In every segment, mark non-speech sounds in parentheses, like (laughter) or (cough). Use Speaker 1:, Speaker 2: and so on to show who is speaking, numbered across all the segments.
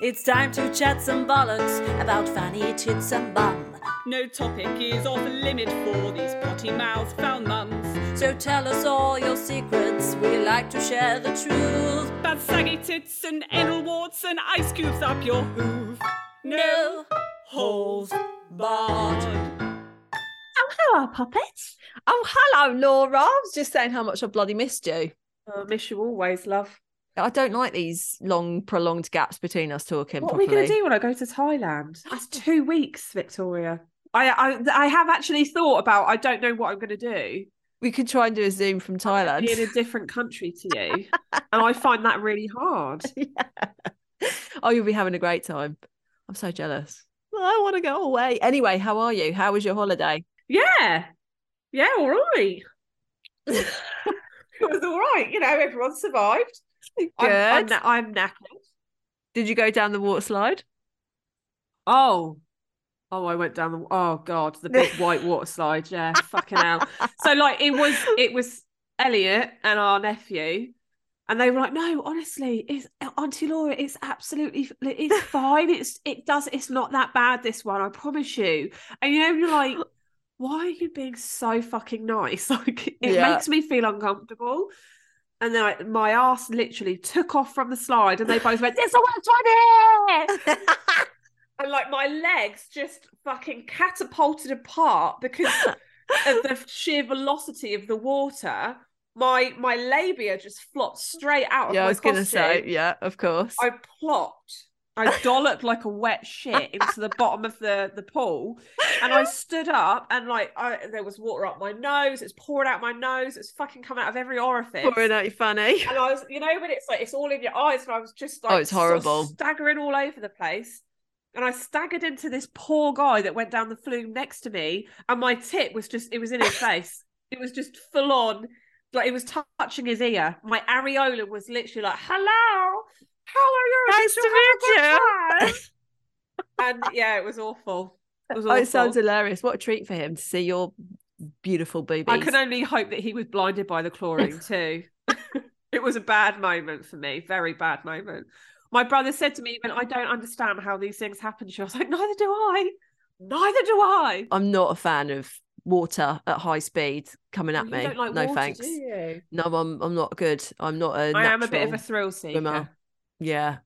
Speaker 1: It's time to chat some bollocks about fanny tits and bum.
Speaker 2: No topic is off limit for these potty mouth foul mums.
Speaker 1: So tell us all your secrets. We like to share the truth.
Speaker 2: Bad saggy tits and anal warts and ice cubes up your hoof.
Speaker 1: No holes barred.
Speaker 3: Oh, hello, puppets.
Speaker 4: Oh, hello, Laura. I was just saying how much I bloody missed you.
Speaker 3: Oh, miss you always, love.
Speaker 4: I don't like these long, prolonged gaps between us talking.
Speaker 3: What
Speaker 4: properly.
Speaker 3: are we going to do when I go to Thailand? That's two weeks, Victoria. I, I I have actually thought about. I don't know what I'm going to do.
Speaker 4: We could try and do a Zoom from Thailand.
Speaker 3: Be in a different country to you, and I find that really hard.
Speaker 4: oh, you'll be having a great time. I'm so jealous. I want to go away. Anyway, how are you? How was your holiday?
Speaker 3: Yeah, yeah, all right. (laughs) it was all right. You know, everyone survived. I'm, I'm,
Speaker 4: Good.
Speaker 3: kna- I'm knackered.
Speaker 4: Did you go down the water slide?
Speaker 3: Oh. Oh, I went down the oh god, the big white water slide. Yeah, fucking hell. So like it was it was Elliot and our nephew, and they were like, "No, honestly, it's Auntie Laura. It's absolutely it's fine. It's it does. It's not that bad. This one, I promise you." And you know, you're like, "Why are you being so fucking nice? (laughs) Like it
Speaker 4: Yeah.
Speaker 3: makes me feel uncomfortable." And then I, my ass literally took off from the slide, and they both went, "There's a wet one here." and like my legs just fucking catapulted apart because
Speaker 4: (laughs)
Speaker 3: of the sheer velocity of the water. My my labia just flopped straight out of
Speaker 4: yeah,
Speaker 3: my
Speaker 4: I was going to
Speaker 3: costume.
Speaker 4: say. Yeah, of course. (laughs)
Speaker 3: I plopped. I dolloped like a wet shit into the bottom of the the pool, and I stood up and like I, there was water up my nose. It's pouring out my nose. It's fucking coming out of every orifice.
Speaker 4: Pouring out your
Speaker 3: (laughs)
Speaker 4: fanny.
Speaker 3: And I was, you know, when it's like it's all in your eyes, and I was just like,
Speaker 4: Oh, it's
Speaker 3: sort of
Speaker 4: horrible.
Speaker 3: staggering all over the place. And I staggered into this poor guy that went down the flume next to me, and my tip was just, it was in
Speaker 4: (laughs)
Speaker 3: his face. It was just full on, like it was touching his ear. My areola was literally like, "Hello, how are you?
Speaker 4: Nice
Speaker 3: Did
Speaker 4: to meet you."
Speaker 3: have a good time?"
Speaker 4: (laughs)
Speaker 3: and yeah, it was awful. It was
Speaker 4: Oh,
Speaker 3: awful.
Speaker 4: it sounds hilarious. What a treat for him to see your beautiful boobies.
Speaker 3: I can only hope that he was blinded by
Speaker 4: (laughs)
Speaker 3: the chlorine too. it was a bad moment for me, very bad moment. My brother said to me, "Even I don't understand how these things happen." to you." I was like, "Neither do I. Neither do I."
Speaker 4: I'm not a fan of water at high speed coming at
Speaker 3: Oh, You
Speaker 4: me.
Speaker 3: don't like
Speaker 4: no
Speaker 3: water,
Speaker 4: thanks.
Speaker 3: do you?
Speaker 4: No, I'm I'm not good. I'm not a
Speaker 3: I am a bit of a
Speaker 4: natural
Speaker 3: thrill seeker.
Speaker 4: swimmer. Yeah.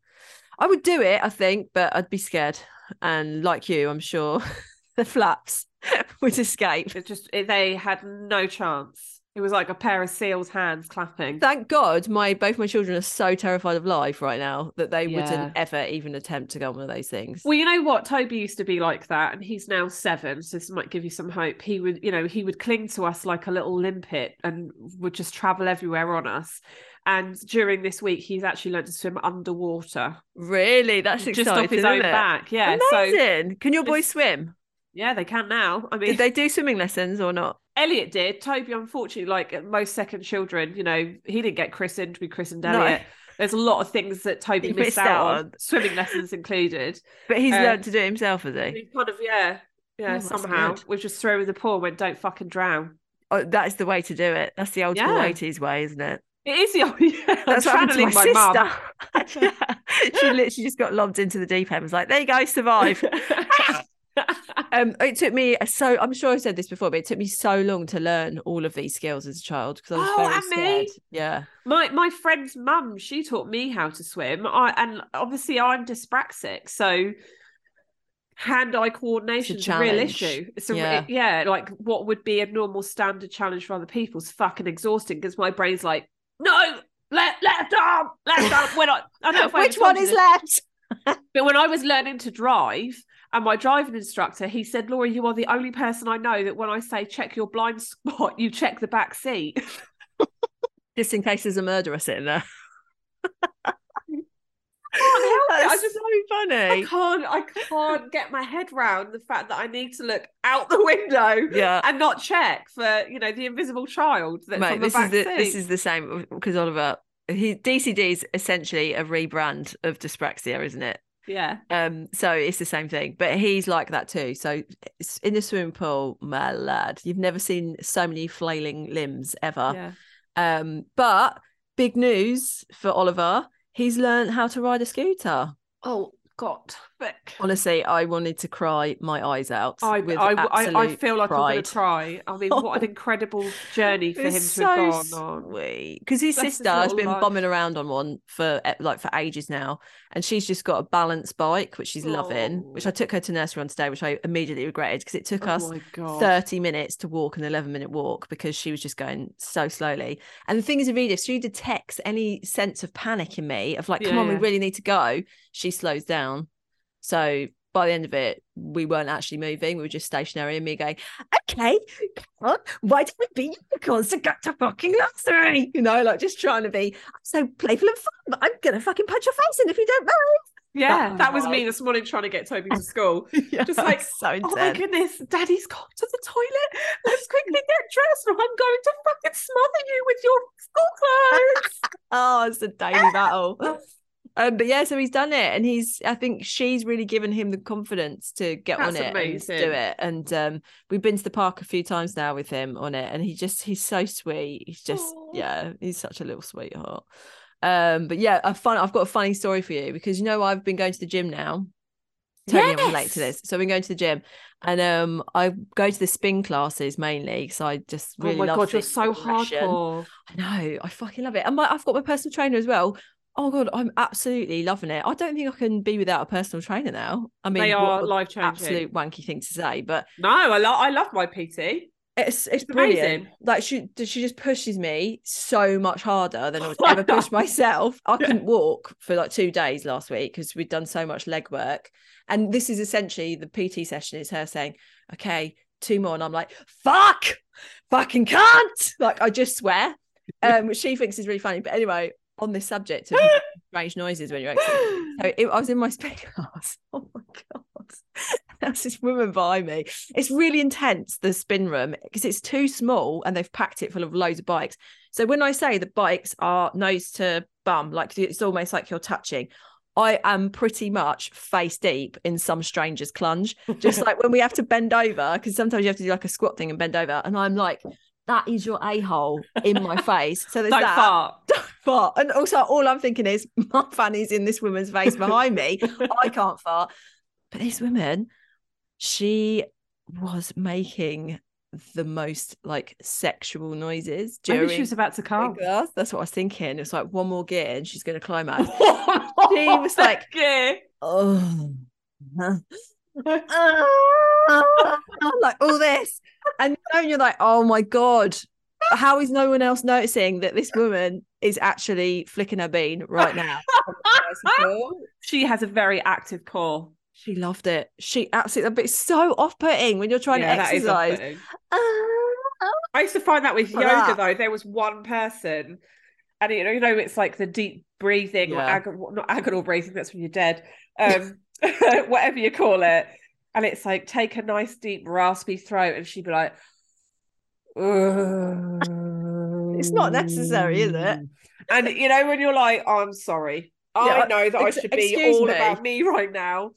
Speaker 4: I would do it, I think, but I'd be scared. And like you, I'm sure (laughs) the flaps (laughs) would escape.
Speaker 3: It just it, they had no chance. It was like a pair of seals' hands clapping.
Speaker 4: Thank God my both my children are so terrified of life right now that they
Speaker 3: Yeah.
Speaker 4: wouldn't ever even attempt to go on one of those things.
Speaker 3: Well, you know what? Toby used to be like that, and he's now seven, so this might give you some hope. He would, you know, he would cling to us like a little limpet and would just travel everywhere on us. And during this week, he's actually learned to swim underwater,
Speaker 4: really? That's exciting.
Speaker 3: just off his own
Speaker 4: isn't it?
Speaker 3: back. Yeah, so
Speaker 4: Amazing. Can your boys
Speaker 3: It's-
Speaker 4: swim?
Speaker 3: yeah, they can now. I mean,
Speaker 4: Did they do swimming lessons or
Speaker 3: (laughs)
Speaker 4: not?
Speaker 3: Elliot did. Toby, unfortunately, like most second children, you know, he didn't get christened. We christened
Speaker 4: No.
Speaker 3: Elliot. There's a lot of things that Toby
Speaker 4: He
Speaker 3: missed,
Speaker 4: missed
Speaker 3: out,
Speaker 4: out
Speaker 3: on,
Speaker 4: on.
Speaker 3: swimming lessons included.
Speaker 4: But he's
Speaker 3: Uh,
Speaker 4: learned to do it himself, has he?
Speaker 3: We kind of, yeah, yeah,
Speaker 4: Oh, that's
Speaker 3: somehow.
Speaker 4: good.
Speaker 3: We just threw him in the pool and went, don't fucking drown.
Speaker 4: Oh, that's the way to do it. That's the old school
Speaker 3: Yeah.
Speaker 4: eighties way, isn't it?
Speaker 3: It is the old (laughs) yeah, I'm
Speaker 4: That's what happened to
Speaker 3: channeling
Speaker 4: my,
Speaker 3: my mum.
Speaker 4: sister. (laughs) Yeah. She literally just got lobbed into the deep end. and Was like, there you go,
Speaker 3: (laughs)
Speaker 4: survive. um, it took me so. I'm sure I've said this before, but it took me so long to learn all of these skills as a child because I was
Speaker 3: Oh,
Speaker 4: very
Speaker 3: and me.
Speaker 4: scared. Yeah.
Speaker 3: my my friend's mum, she taught me how to swim. I and obviously I'm dyspraxic, so hand-eye coordination is a real
Speaker 4: challenge.
Speaker 3: issue. It's a re-
Speaker 4: Yeah.
Speaker 3: yeah, like what would be a normal standard challenge for other people is fucking exhausting because my brain's like, no, left left arm, left arm. When I, I don't know if (laughs) I
Speaker 4: Which
Speaker 3: ever told
Speaker 4: one
Speaker 3: you
Speaker 4: is
Speaker 3: this.
Speaker 4: left?
Speaker 3: But when I was learning to drive, and my driving instructor, he said, "Laura, you are the only person I know that when I say check your blind (laughs) spot, you check the back seat."
Speaker 4: Just in case there's a murderer sitting there.
Speaker 3: help it. I
Speaker 4: That's
Speaker 3: just-
Speaker 4: so
Speaker 3: (laughs) I
Speaker 4: funny.
Speaker 3: can't, I (laughs) can't get my head round the fact that I need to look out the window
Speaker 4: Yeah.
Speaker 3: and not check for you know the invisible child that's
Speaker 4: Mate,
Speaker 3: on the
Speaker 4: this
Speaker 3: back
Speaker 4: is the
Speaker 3: seat.
Speaker 4: this is the same because Oliver he DCD is essentially a rebrand of dyspraxia, isn't it?
Speaker 3: yeah.
Speaker 4: Um, so it's the same thing, but he's like that too. So it's in the swimming pool, my lad, you've never seen so many flailing limbs ever.
Speaker 3: yeah.
Speaker 4: Um, but big news for Oliver, he's learned how to ride a scooter.
Speaker 3: Oh, God, Vic.
Speaker 4: Honestly, I wanted to cry my eyes out.
Speaker 3: I,
Speaker 4: with
Speaker 3: I, I, I
Speaker 4: absolute
Speaker 3: feel like I'm going
Speaker 4: pride.
Speaker 3: to cry. I mean, what (laughs) an incredible journey for him to
Speaker 4: It's
Speaker 3: have
Speaker 4: so
Speaker 3: gone on.
Speaker 4: sweet because his
Speaker 3: Bless his
Speaker 4: sister has
Speaker 3: little
Speaker 4: been
Speaker 3: life.
Speaker 4: bombing around on one for eh, like for ages now, and she's just got a balance bike which she's loving. Which
Speaker 3: Oh.
Speaker 4: I took her to nursery on today, which I immediately regretted because it took us
Speaker 3: Oh my God.
Speaker 4: 30 minutes to walk an 11 minute walk because she was just going so slowly. And the thing is, Reed, if she detects any sense of panic in me, of like, come
Speaker 3: Yeah,
Speaker 4: on, we
Speaker 3: yeah.
Speaker 4: really need to go, she slows down. So by the end of it, we weren't actually moving. We were just stationary and me going, okay, come on, why don't we be unicorns to go to fucking luxury? You know, like just trying to be so playful and fun, but I'm going to fucking punch your face in if you don't
Speaker 3: (laughs)
Speaker 4: move.
Speaker 3: Yeah,
Speaker 4: That
Speaker 3: that was me this morning trying to get Toby (laughs) to school. Just like,
Speaker 4: so
Speaker 3: Oh my goodness, Daddy's gone to the toilet.
Speaker 4: (laughs)
Speaker 3: Let's quickly get dressed, or I'm going to fucking smother you with your school clothes.
Speaker 4: Oh, it's a daily battle.
Speaker 3: (laughs)
Speaker 4: Um, but yeah, so he's done it, and he's. I think she's really given him the confidence to get on
Speaker 3: That's
Speaker 4: it and to do
Speaker 3: amazing.
Speaker 4: it. And um, we've been to the park a few times now with him on it, and he just he's so sweet. He's just
Speaker 3: Aw.
Speaker 4: yeah, he's such a little sweetheart. Um, but yeah, a fun. I've got a funny story for you because you know I've been going to the gym now. Totally yes. relate to this.
Speaker 3: Yes.
Speaker 4: So I've been going to the gym, and um, I go to the spin classes mainly because I just (laughs) really
Speaker 3: oh my
Speaker 4: love
Speaker 3: god, you're
Speaker 4: the
Speaker 3: so
Speaker 4: progression.
Speaker 3: hardcore.
Speaker 4: I know. I fucking love it. And my, I've got my personal trainer as well. Oh god, I'm absolutely loving it. I don't think I can be without a personal trainer now. I mean,
Speaker 3: they
Speaker 4: what
Speaker 3: are
Speaker 4: a
Speaker 3: life changing.
Speaker 4: absolute wanky thing to say, but
Speaker 3: No, I love I love my PT.
Speaker 4: it's it's
Speaker 3: amazing.
Speaker 4: brilliant. Like she she just pushes me so much harder than I would ever push myself. I
Speaker 3: Yeah.
Speaker 4: couldn't walk for like two days last week because we'd done so much leg work. And this is essentially the PT session is her saying, okay, two more. And I'm like, fuck, fucking can't. Like, I just swear, um, which she thinks is really funny. But anyway, on this subject of strange noises when you're exercising. So it, I was in my (laughs) spin class. Oh my God. (laughs) There's this woman by me. It's really intense, the spin room, because it's too small and they've packed it full of loads of bikes. So when I say the bikes are nose to bum, like it's almost like you're touching. I am pretty much face deep in some stranger's clunge. Just like when we have to bend over, because sometimes you have to do like a squat thing and bend over. And I'm like, that is your a hole in my face. So there's
Speaker 3: Don't
Speaker 4: that.
Speaker 3: fart.
Speaker 4: fart. And also, all I'm thinking is, (laughs) my fanny's in this woman's face behind
Speaker 3: (laughs)
Speaker 4: me. I can't fart. But this woman, she was making the most like sexual noises during
Speaker 3: Maybe she was about to
Speaker 4: the
Speaker 3: come.
Speaker 4: class. That's what I was thinking. It's like one more gear and she's going to
Speaker 3: (laughs)
Speaker 4: climax.
Speaker 3: she
Speaker 4: was like-
Speaker 3: yeah.
Speaker 4: oh. (laughs) like all this. And you know, you're like, oh my God, how is no one else noticing that this woman is actually flicking her bean right
Speaker 3: (laughs)
Speaker 4: now?
Speaker 3: She has a very active core.
Speaker 4: she loved it. She absolutely, but it's so off putting when you're trying
Speaker 3: Yeah,
Speaker 4: to
Speaker 3: that is
Speaker 4: exercise.
Speaker 3: off-putting.
Speaker 4: Ah.
Speaker 3: I used to find that with
Speaker 4: Like
Speaker 3: yoga
Speaker 4: that.
Speaker 3: though, there was one person, and you know, you know, it's like the deep breathing
Speaker 4: Yeah.
Speaker 3: or agon- not agonal breathing. That's when you're dead, um, (laughs) whatever you call it. And it's like take a nice deep raspy throat, and she'd be like, "It's
Speaker 4: not necessary, is it?
Speaker 3: And you know, when you're like, "I'm sorry,
Speaker 4: Yeah,
Speaker 3: I know that
Speaker 4: ex-
Speaker 3: I should be
Speaker 4: excuse
Speaker 3: all
Speaker 4: me."
Speaker 3: about me right now,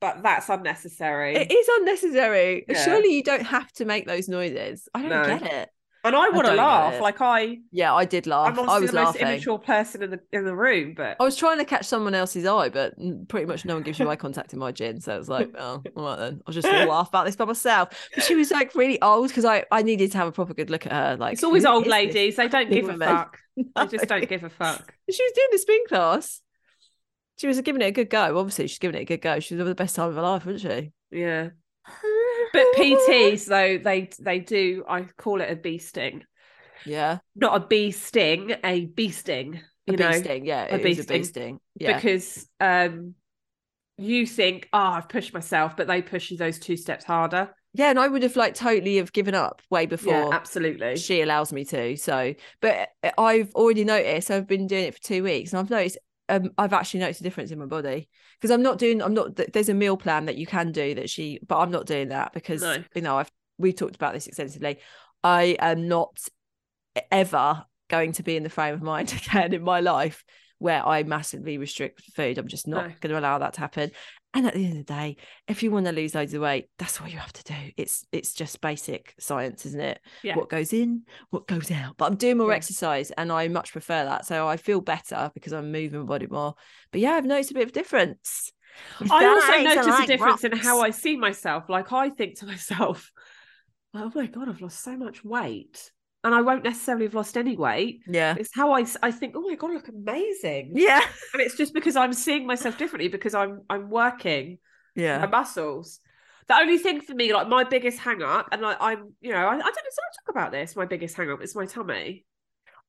Speaker 3: but that's unnecessary."
Speaker 4: It is unnecessary.
Speaker 3: Yeah.
Speaker 4: Surely you don't have to make those noises. I don't
Speaker 3: No.
Speaker 4: get it.
Speaker 3: and I want to
Speaker 4: don't get
Speaker 3: laugh,
Speaker 4: it.
Speaker 3: like I.
Speaker 4: Yeah, I did laugh.
Speaker 3: I'm
Speaker 4: I
Speaker 3: obviously
Speaker 4: was
Speaker 3: the most
Speaker 4: laughing. Oh,
Speaker 3: immature person in the in the room, but
Speaker 4: I was trying to catch someone else's eye, but n- pretty much no one gives you eye contact in my gym. So it's
Speaker 3: (laughs)
Speaker 4: like, oh, all right then. I'll just laugh about this by myself. But she was like really old because I, I needed to have a proper good look at her. Like
Speaker 3: it's always
Speaker 4: who is
Speaker 3: old
Speaker 4: this?
Speaker 3: ladies. They don't give a
Speaker 4: woman? (laughs)
Speaker 3: fuck. They
Speaker 4: No.
Speaker 3: just don't give a fuck.
Speaker 4: She was doing the spin class. She was giving it a good go. Obviously, she's giving it a good go. She was having the best time of her life, wasn't she?
Speaker 3: Yeah. But
Speaker 4: Oh,
Speaker 3: PTs though they they do. I call it a bee sting,
Speaker 4: Yeah.
Speaker 3: not a bee sting, a bee sting.
Speaker 4: A
Speaker 3: You
Speaker 4: bee
Speaker 3: know,
Speaker 4: sting. Yeah.
Speaker 3: a
Speaker 4: It
Speaker 3: bee
Speaker 4: was a bee
Speaker 3: sting.
Speaker 4: sting. Yeah.
Speaker 3: because um, you think, oh, I've pushed myself, but they push you those two steps harder.
Speaker 4: yeah. And I would have like totally have given up way
Speaker 3: Yeah,
Speaker 4: before
Speaker 3: absolutely.
Speaker 4: she allows me to. So, but eh, I've already noticed I've been doing it for two weeks and I've noticed um, I've actually noticed a difference in my body because I'm not doing, I'm not, th- there's a meal plan that you can do that she, but I'm not doing that because,
Speaker 3: No.
Speaker 4: you know, I've, we talked about this extensively. I am not ever going to be in the frame of mind (laughs) again in my life where I massively restrict food. I'm just not
Speaker 3: No.
Speaker 4: going to allow that to happen. And at the end of the day, if you want to lose loads of weight, that's what you have to do. It's it's just basic science, isn't it?
Speaker 3: Yeah.
Speaker 4: What goes in, what goes out. But I'm doing more
Speaker 3: Yeah.
Speaker 4: exercise and I much prefer that. So I feel better because I'm moving my body more. But yeah, I've noticed a bit of difference.
Speaker 3: (laughs) I also
Speaker 4: Thanks, I
Speaker 3: notice a
Speaker 4: like
Speaker 3: difference in
Speaker 4: rocks.
Speaker 3: how I see myself. Like I think to myself, (laughs) oh my god, I've lost so much weight, and I won't necessarily have lost any weight. (laughs)
Speaker 4: Yeah.
Speaker 3: It's how I s- I think. Oh my god, I look amazing,
Speaker 4: Yeah.
Speaker 3: and it's just because I'm seeing myself differently because I'm I'm working my
Speaker 4: Yeah.
Speaker 3: muscles. The only thing for me, like my biggest hang up, and I, I'm, you know, I, I don't know, did I talk about this? My biggest hang up is my tummy.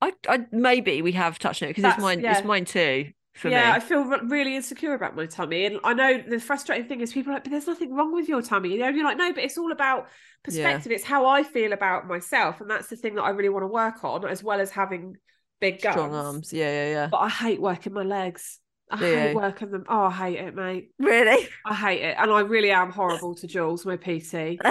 Speaker 4: I, I maybe we have touched on it because it's
Speaker 3: That's-
Speaker 4: mine
Speaker 3: yeah.
Speaker 4: it's mine too for
Speaker 3: yeah, I
Speaker 4: me.
Speaker 3: feel re- really insecure about my tummy, and I know the frustrating thing is people are like, but there's nothing wrong with your tummy. You know, and you're like, no, but it's all about perspective. It's how I feel about myself, and that's the thing that I really want to work on, as well as having big guns.
Speaker 4: Strong arms. Yeah, yeah, yeah.
Speaker 3: But I hate working my legs. I
Speaker 4: Do
Speaker 3: hate
Speaker 4: you?
Speaker 3: working them. Oh, I hate it, mate.
Speaker 4: Really? (laughs)
Speaker 3: I hate it, and I really am horrible to Jules, my PT.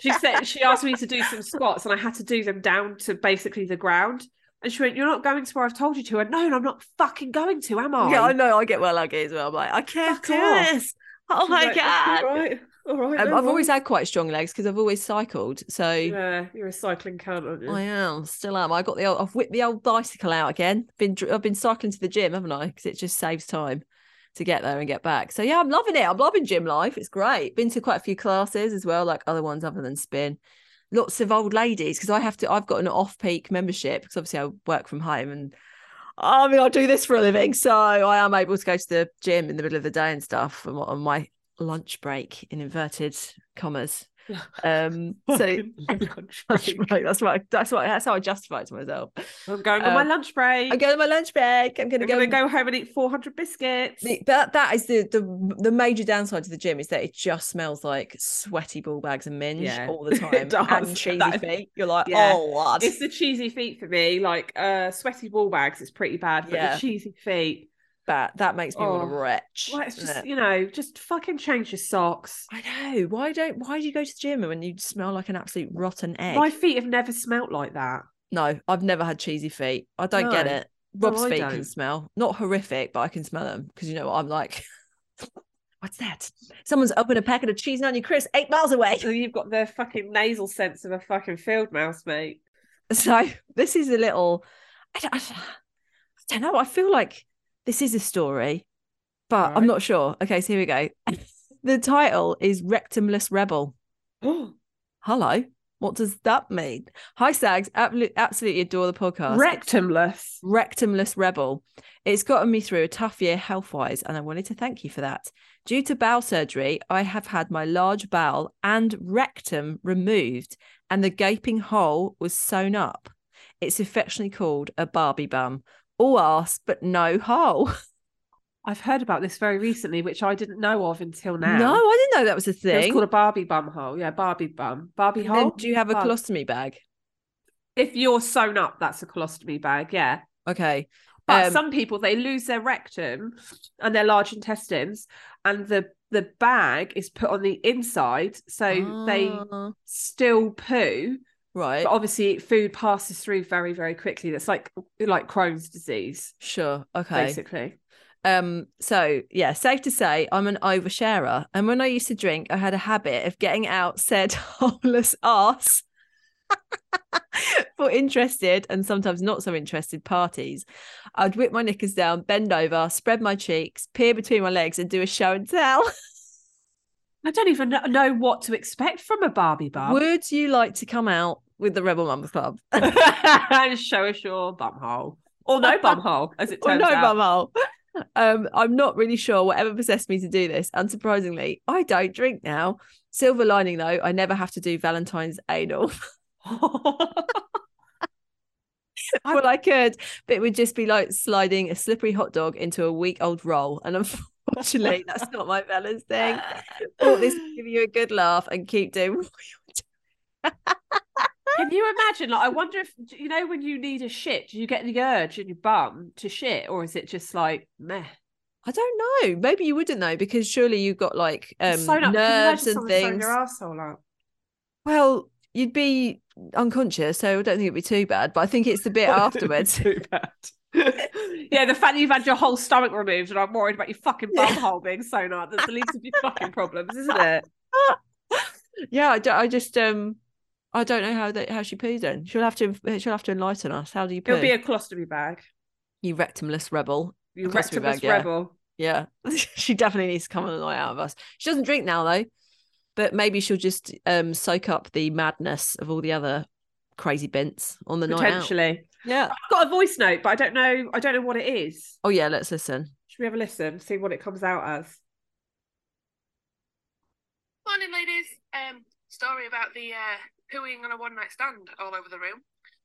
Speaker 3: She said she asked me to do some squats, and I had to do them down to basically the ground. And she went, "You're not going to where I've told you to." And no, and I'm not fucking going to, am I?
Speaker 4: Yeah, I know. I get well lucky as well. I'm like, I can't
Speaker 3: Fuck
Speaker 4: do
Speaker 3: off.
Speaker 4: this. Oh
Speaker 3: She's
Speaker 4: my
Speaker 3: like,
Speaker 4: god!
Speaker 3: All right, all right.
Speaker 4: Um,
Speaker 3: no
Speaker 4: I've always
Speaker 3: worries."
Speaker 4: had quite strong legs because I've always cycled. So
Speaker 3: Yeah, you're a cycling cunt, aren't you?
Speaker 4: I am, still am. I got the old, I've whipped the old bicycle out again. Been, dr- I've been cycling to the gym, haven't I? Because it just saves time to get there and get back. So yeah, I'm loving it. I'm loving gym life. It's great. Been to quite a few classes as well, like other ones other than spin. Lots of old ladies because I have to. I've got an off-peak membership because obviously I work from home and. I mean, I do this for a living, so I am able to go to the gym in the middle of the day and stuff on my- on my lunch break in inverted
Speaker 3: (laughs)
Speaker 4: commas. Um, so
Speaker 3: Fucking (laughs) lunch
Speaker 4: that's
Speaker 3: (laughs) break.
Speaker 4: right. That's what. I, that's what. That's how I justify it to myself.
Speaker 3: I'm going on my
Speaker 4: Um,
Speaker 3: lunch break.
Speaker 4: I go to my lunch break. I'm going to go.
Speaker 3: I'm gonna
Speaker 4: and-
Speaker 3: go home and eat 400 biscuits.
Speaker 4: The- That that is the the the major downside to the gym is that it just smells like sweaty ball bags and minge
Speaker 3: Yeah,
Speaker 4: all the
Speaker 3: (laughs) it
Speaker 4: time
Speaker 3: does.
Speaker 4: and cheesy
Speaker 3: That-
Speaker 4: feet. You're like,
Speaker 3: Yeah.
Speaker 4: oh, what?
Speaker 3: It's the cheesy feet for me. Like uh, sweaty ball bags, it's pretty bad, but
Speaker 4: Yeah.
Speaker 3: the cheesy feet.
Speaker 4: But that makes me want
Speaker 3: Oh.
Speaker 4: to retch.
Speaker 3: Well, it's
Speaker 4: doesn't
Speaker 3: just
Speaker 4: it?
Speaker 3: you know, just fucking change your socks.
Speaker 4: I know. Why don't? Why do you go to the gym when you smell like an absolute rotten egg?
Speaker 3: My feet have never smelt like that.
Speaker 4: No, I've never had cheesy feet. I don't get
Speaker 3: No.
Speaker 4: it. Rob's
Speaker 3: I
Speaker 4: feet
Speaker 3: don't.
Speaker 4: can smell. Not horrific, but I can smell them because you know what I'm like. (laughs) What's that? Someone's opened a packet of cheese and onion crisps eight miles away. (laughs)
Speaker 3: So you've got the fucking nasal sense of a fucking field mouse, mate.
Speaker 4: So this is a little. I don't, I don't- I don't know. I feel like this is a story, but I'm
Speaker 3: Right.
Speaker 4: not sure. Okay, so here we go. (laughs) the title is "Rectumless
Speaker 3: (gasps)
Speaker 4: Rebel." Hello, what does that mean? Hi, Sags. Absolutely, absolutely adore the podcast.
Speaker 3: Rectumless.
Speaker 4: Rectumless Rebel. It's gotten me through a tough year health wise, and I wanted to thank you for that. Due to bowel surgery, I have had my large bowel and rectum removed, and the gaping hole was sewn up. It's affectionately called a Barbie bum. All ass, but no hole.
Speaker 3: I've heard about this very recently, which I didn't know of until
Speaker 4: (laughs)
Speaker 3: now.
Speaker 4: No, I didn't know that was a
Speaker 3: It
Speaker 4: thing.
Speaker 3: was called a Barbie bum hole. Yeah, Barbie bum. Barbie
Speaker 4: And then
Speaker 3: hole.
Speaker 4: do you have a
Speaker 3: Bum.
Speaker 4: colostomy bag?
Speaker 3: If you're sewn up, that's a colostomy bag. Yeah.
Speaker 4: Okay.
Speaker 3: But
Speaker 4: Um,
Speaker 3: some people, they lose their rectum and their large intestines, and the, the bag is put on the inside. So they
Speaker 4: Ah,
Speaker 3: still poo.
Speaker 4: right.
Speaker 3: But obviously, food passes through very, very quickly. That's like like Crohn's disease,
Speaker 4: Sure. Okay.
Speaker 3: basically.
Speaker 4: Um, so yeah, safe to say I'm an oversharer. And when I used to drink, I had a habit of getting out said (laughs) holeless ass (laughs) for interested and sometimes not so interested parties. I'd whip my knickers down, bend over, spread my cheeks, peer between my legs, and do a show and tell.
Speaker 3: I don't even kno- know what to expect from a Barbie bum.
Speaker 4: Would you like to come out with the Rebel Mum Club?
Speaker 3: and (laughs) show us your bumhole. Or no bumhole, as it
Speaker 4: Well,
Speaker 3: turns
Speaker 4: no,
Speaker 3: out.
Speaker 4: bumhole. Um, I'm not really sure whatever possessed me to do this. Unsurprisingly, I don't drink now. Silver lining though, I never have to do Valentine's anal. (laughs)
Speaker 3: (laughs)
Speaker 4: well, I could, but it would just be like sliding a slippery hot dog into a week old roll. And
Speaker 3: (laughs)
Speaker 4: unfortunately, that's not my fella's thing. Thought this would give you a good laugh and keep doing what you're
Speaker 3: Can you imagine? Like, I wonder if do you know when you need a shit, do you get the urge in your bum to shit, or is it just like meh?
Speaker 4: I don't know. Maybe you wouldn't know because surely you've got like um,
Speaker 3: It's sewn up. Can you imagine
Speaker 4: nerves and
Speaker 3: someone sewing
Speaker 4: things.
Speaker 3: Your asshole up.
Speaker 4: Well,
Speaker 3: (laughs)
Speaker 4: you'd be unconscious, so I don't think it'd be too bad. But I think it's the bit afterwards.
Speaker 3: Too bad. (laughs) yeah, the fact that you've had your whole stomach removed and I'm worried about your fucking bum hole being sewn up, that's the least of your fucking problems, isn't it?
Speaker 4: yeah, I, do, I just um, I don't know how that how she poos. Then she'll have to she'll have to enlighten us. How do you poo?
Speaker 3: It'll be a colostomy bag.
Speaker 4: you rectumless rebel.
Speaker 3: You
Speaker 4: A colostomy
Speaker 3: rectumless
Speaker 4: bag, yeah.
Speaker 3: rebel.
Speaker 4: Yeah, (laughs) she definitely needs to come on a night out of us. She doesn't drink now though, but maybe she'll just um soak up the madness of all the other crazy bents on the night out.
Speaker 3: Potentially.
Speaker 4: Yeah.
Speaker 3: I've got a voice note, but I don't know I don't know what it is.
Speaker 4: Oh yeah, let's listen.
Speaker 3: Should we have a listen, see what it comes out as?
Speaker 5: Morning, ladies. Um, story about the uh, pooing on a one night stand all over the room.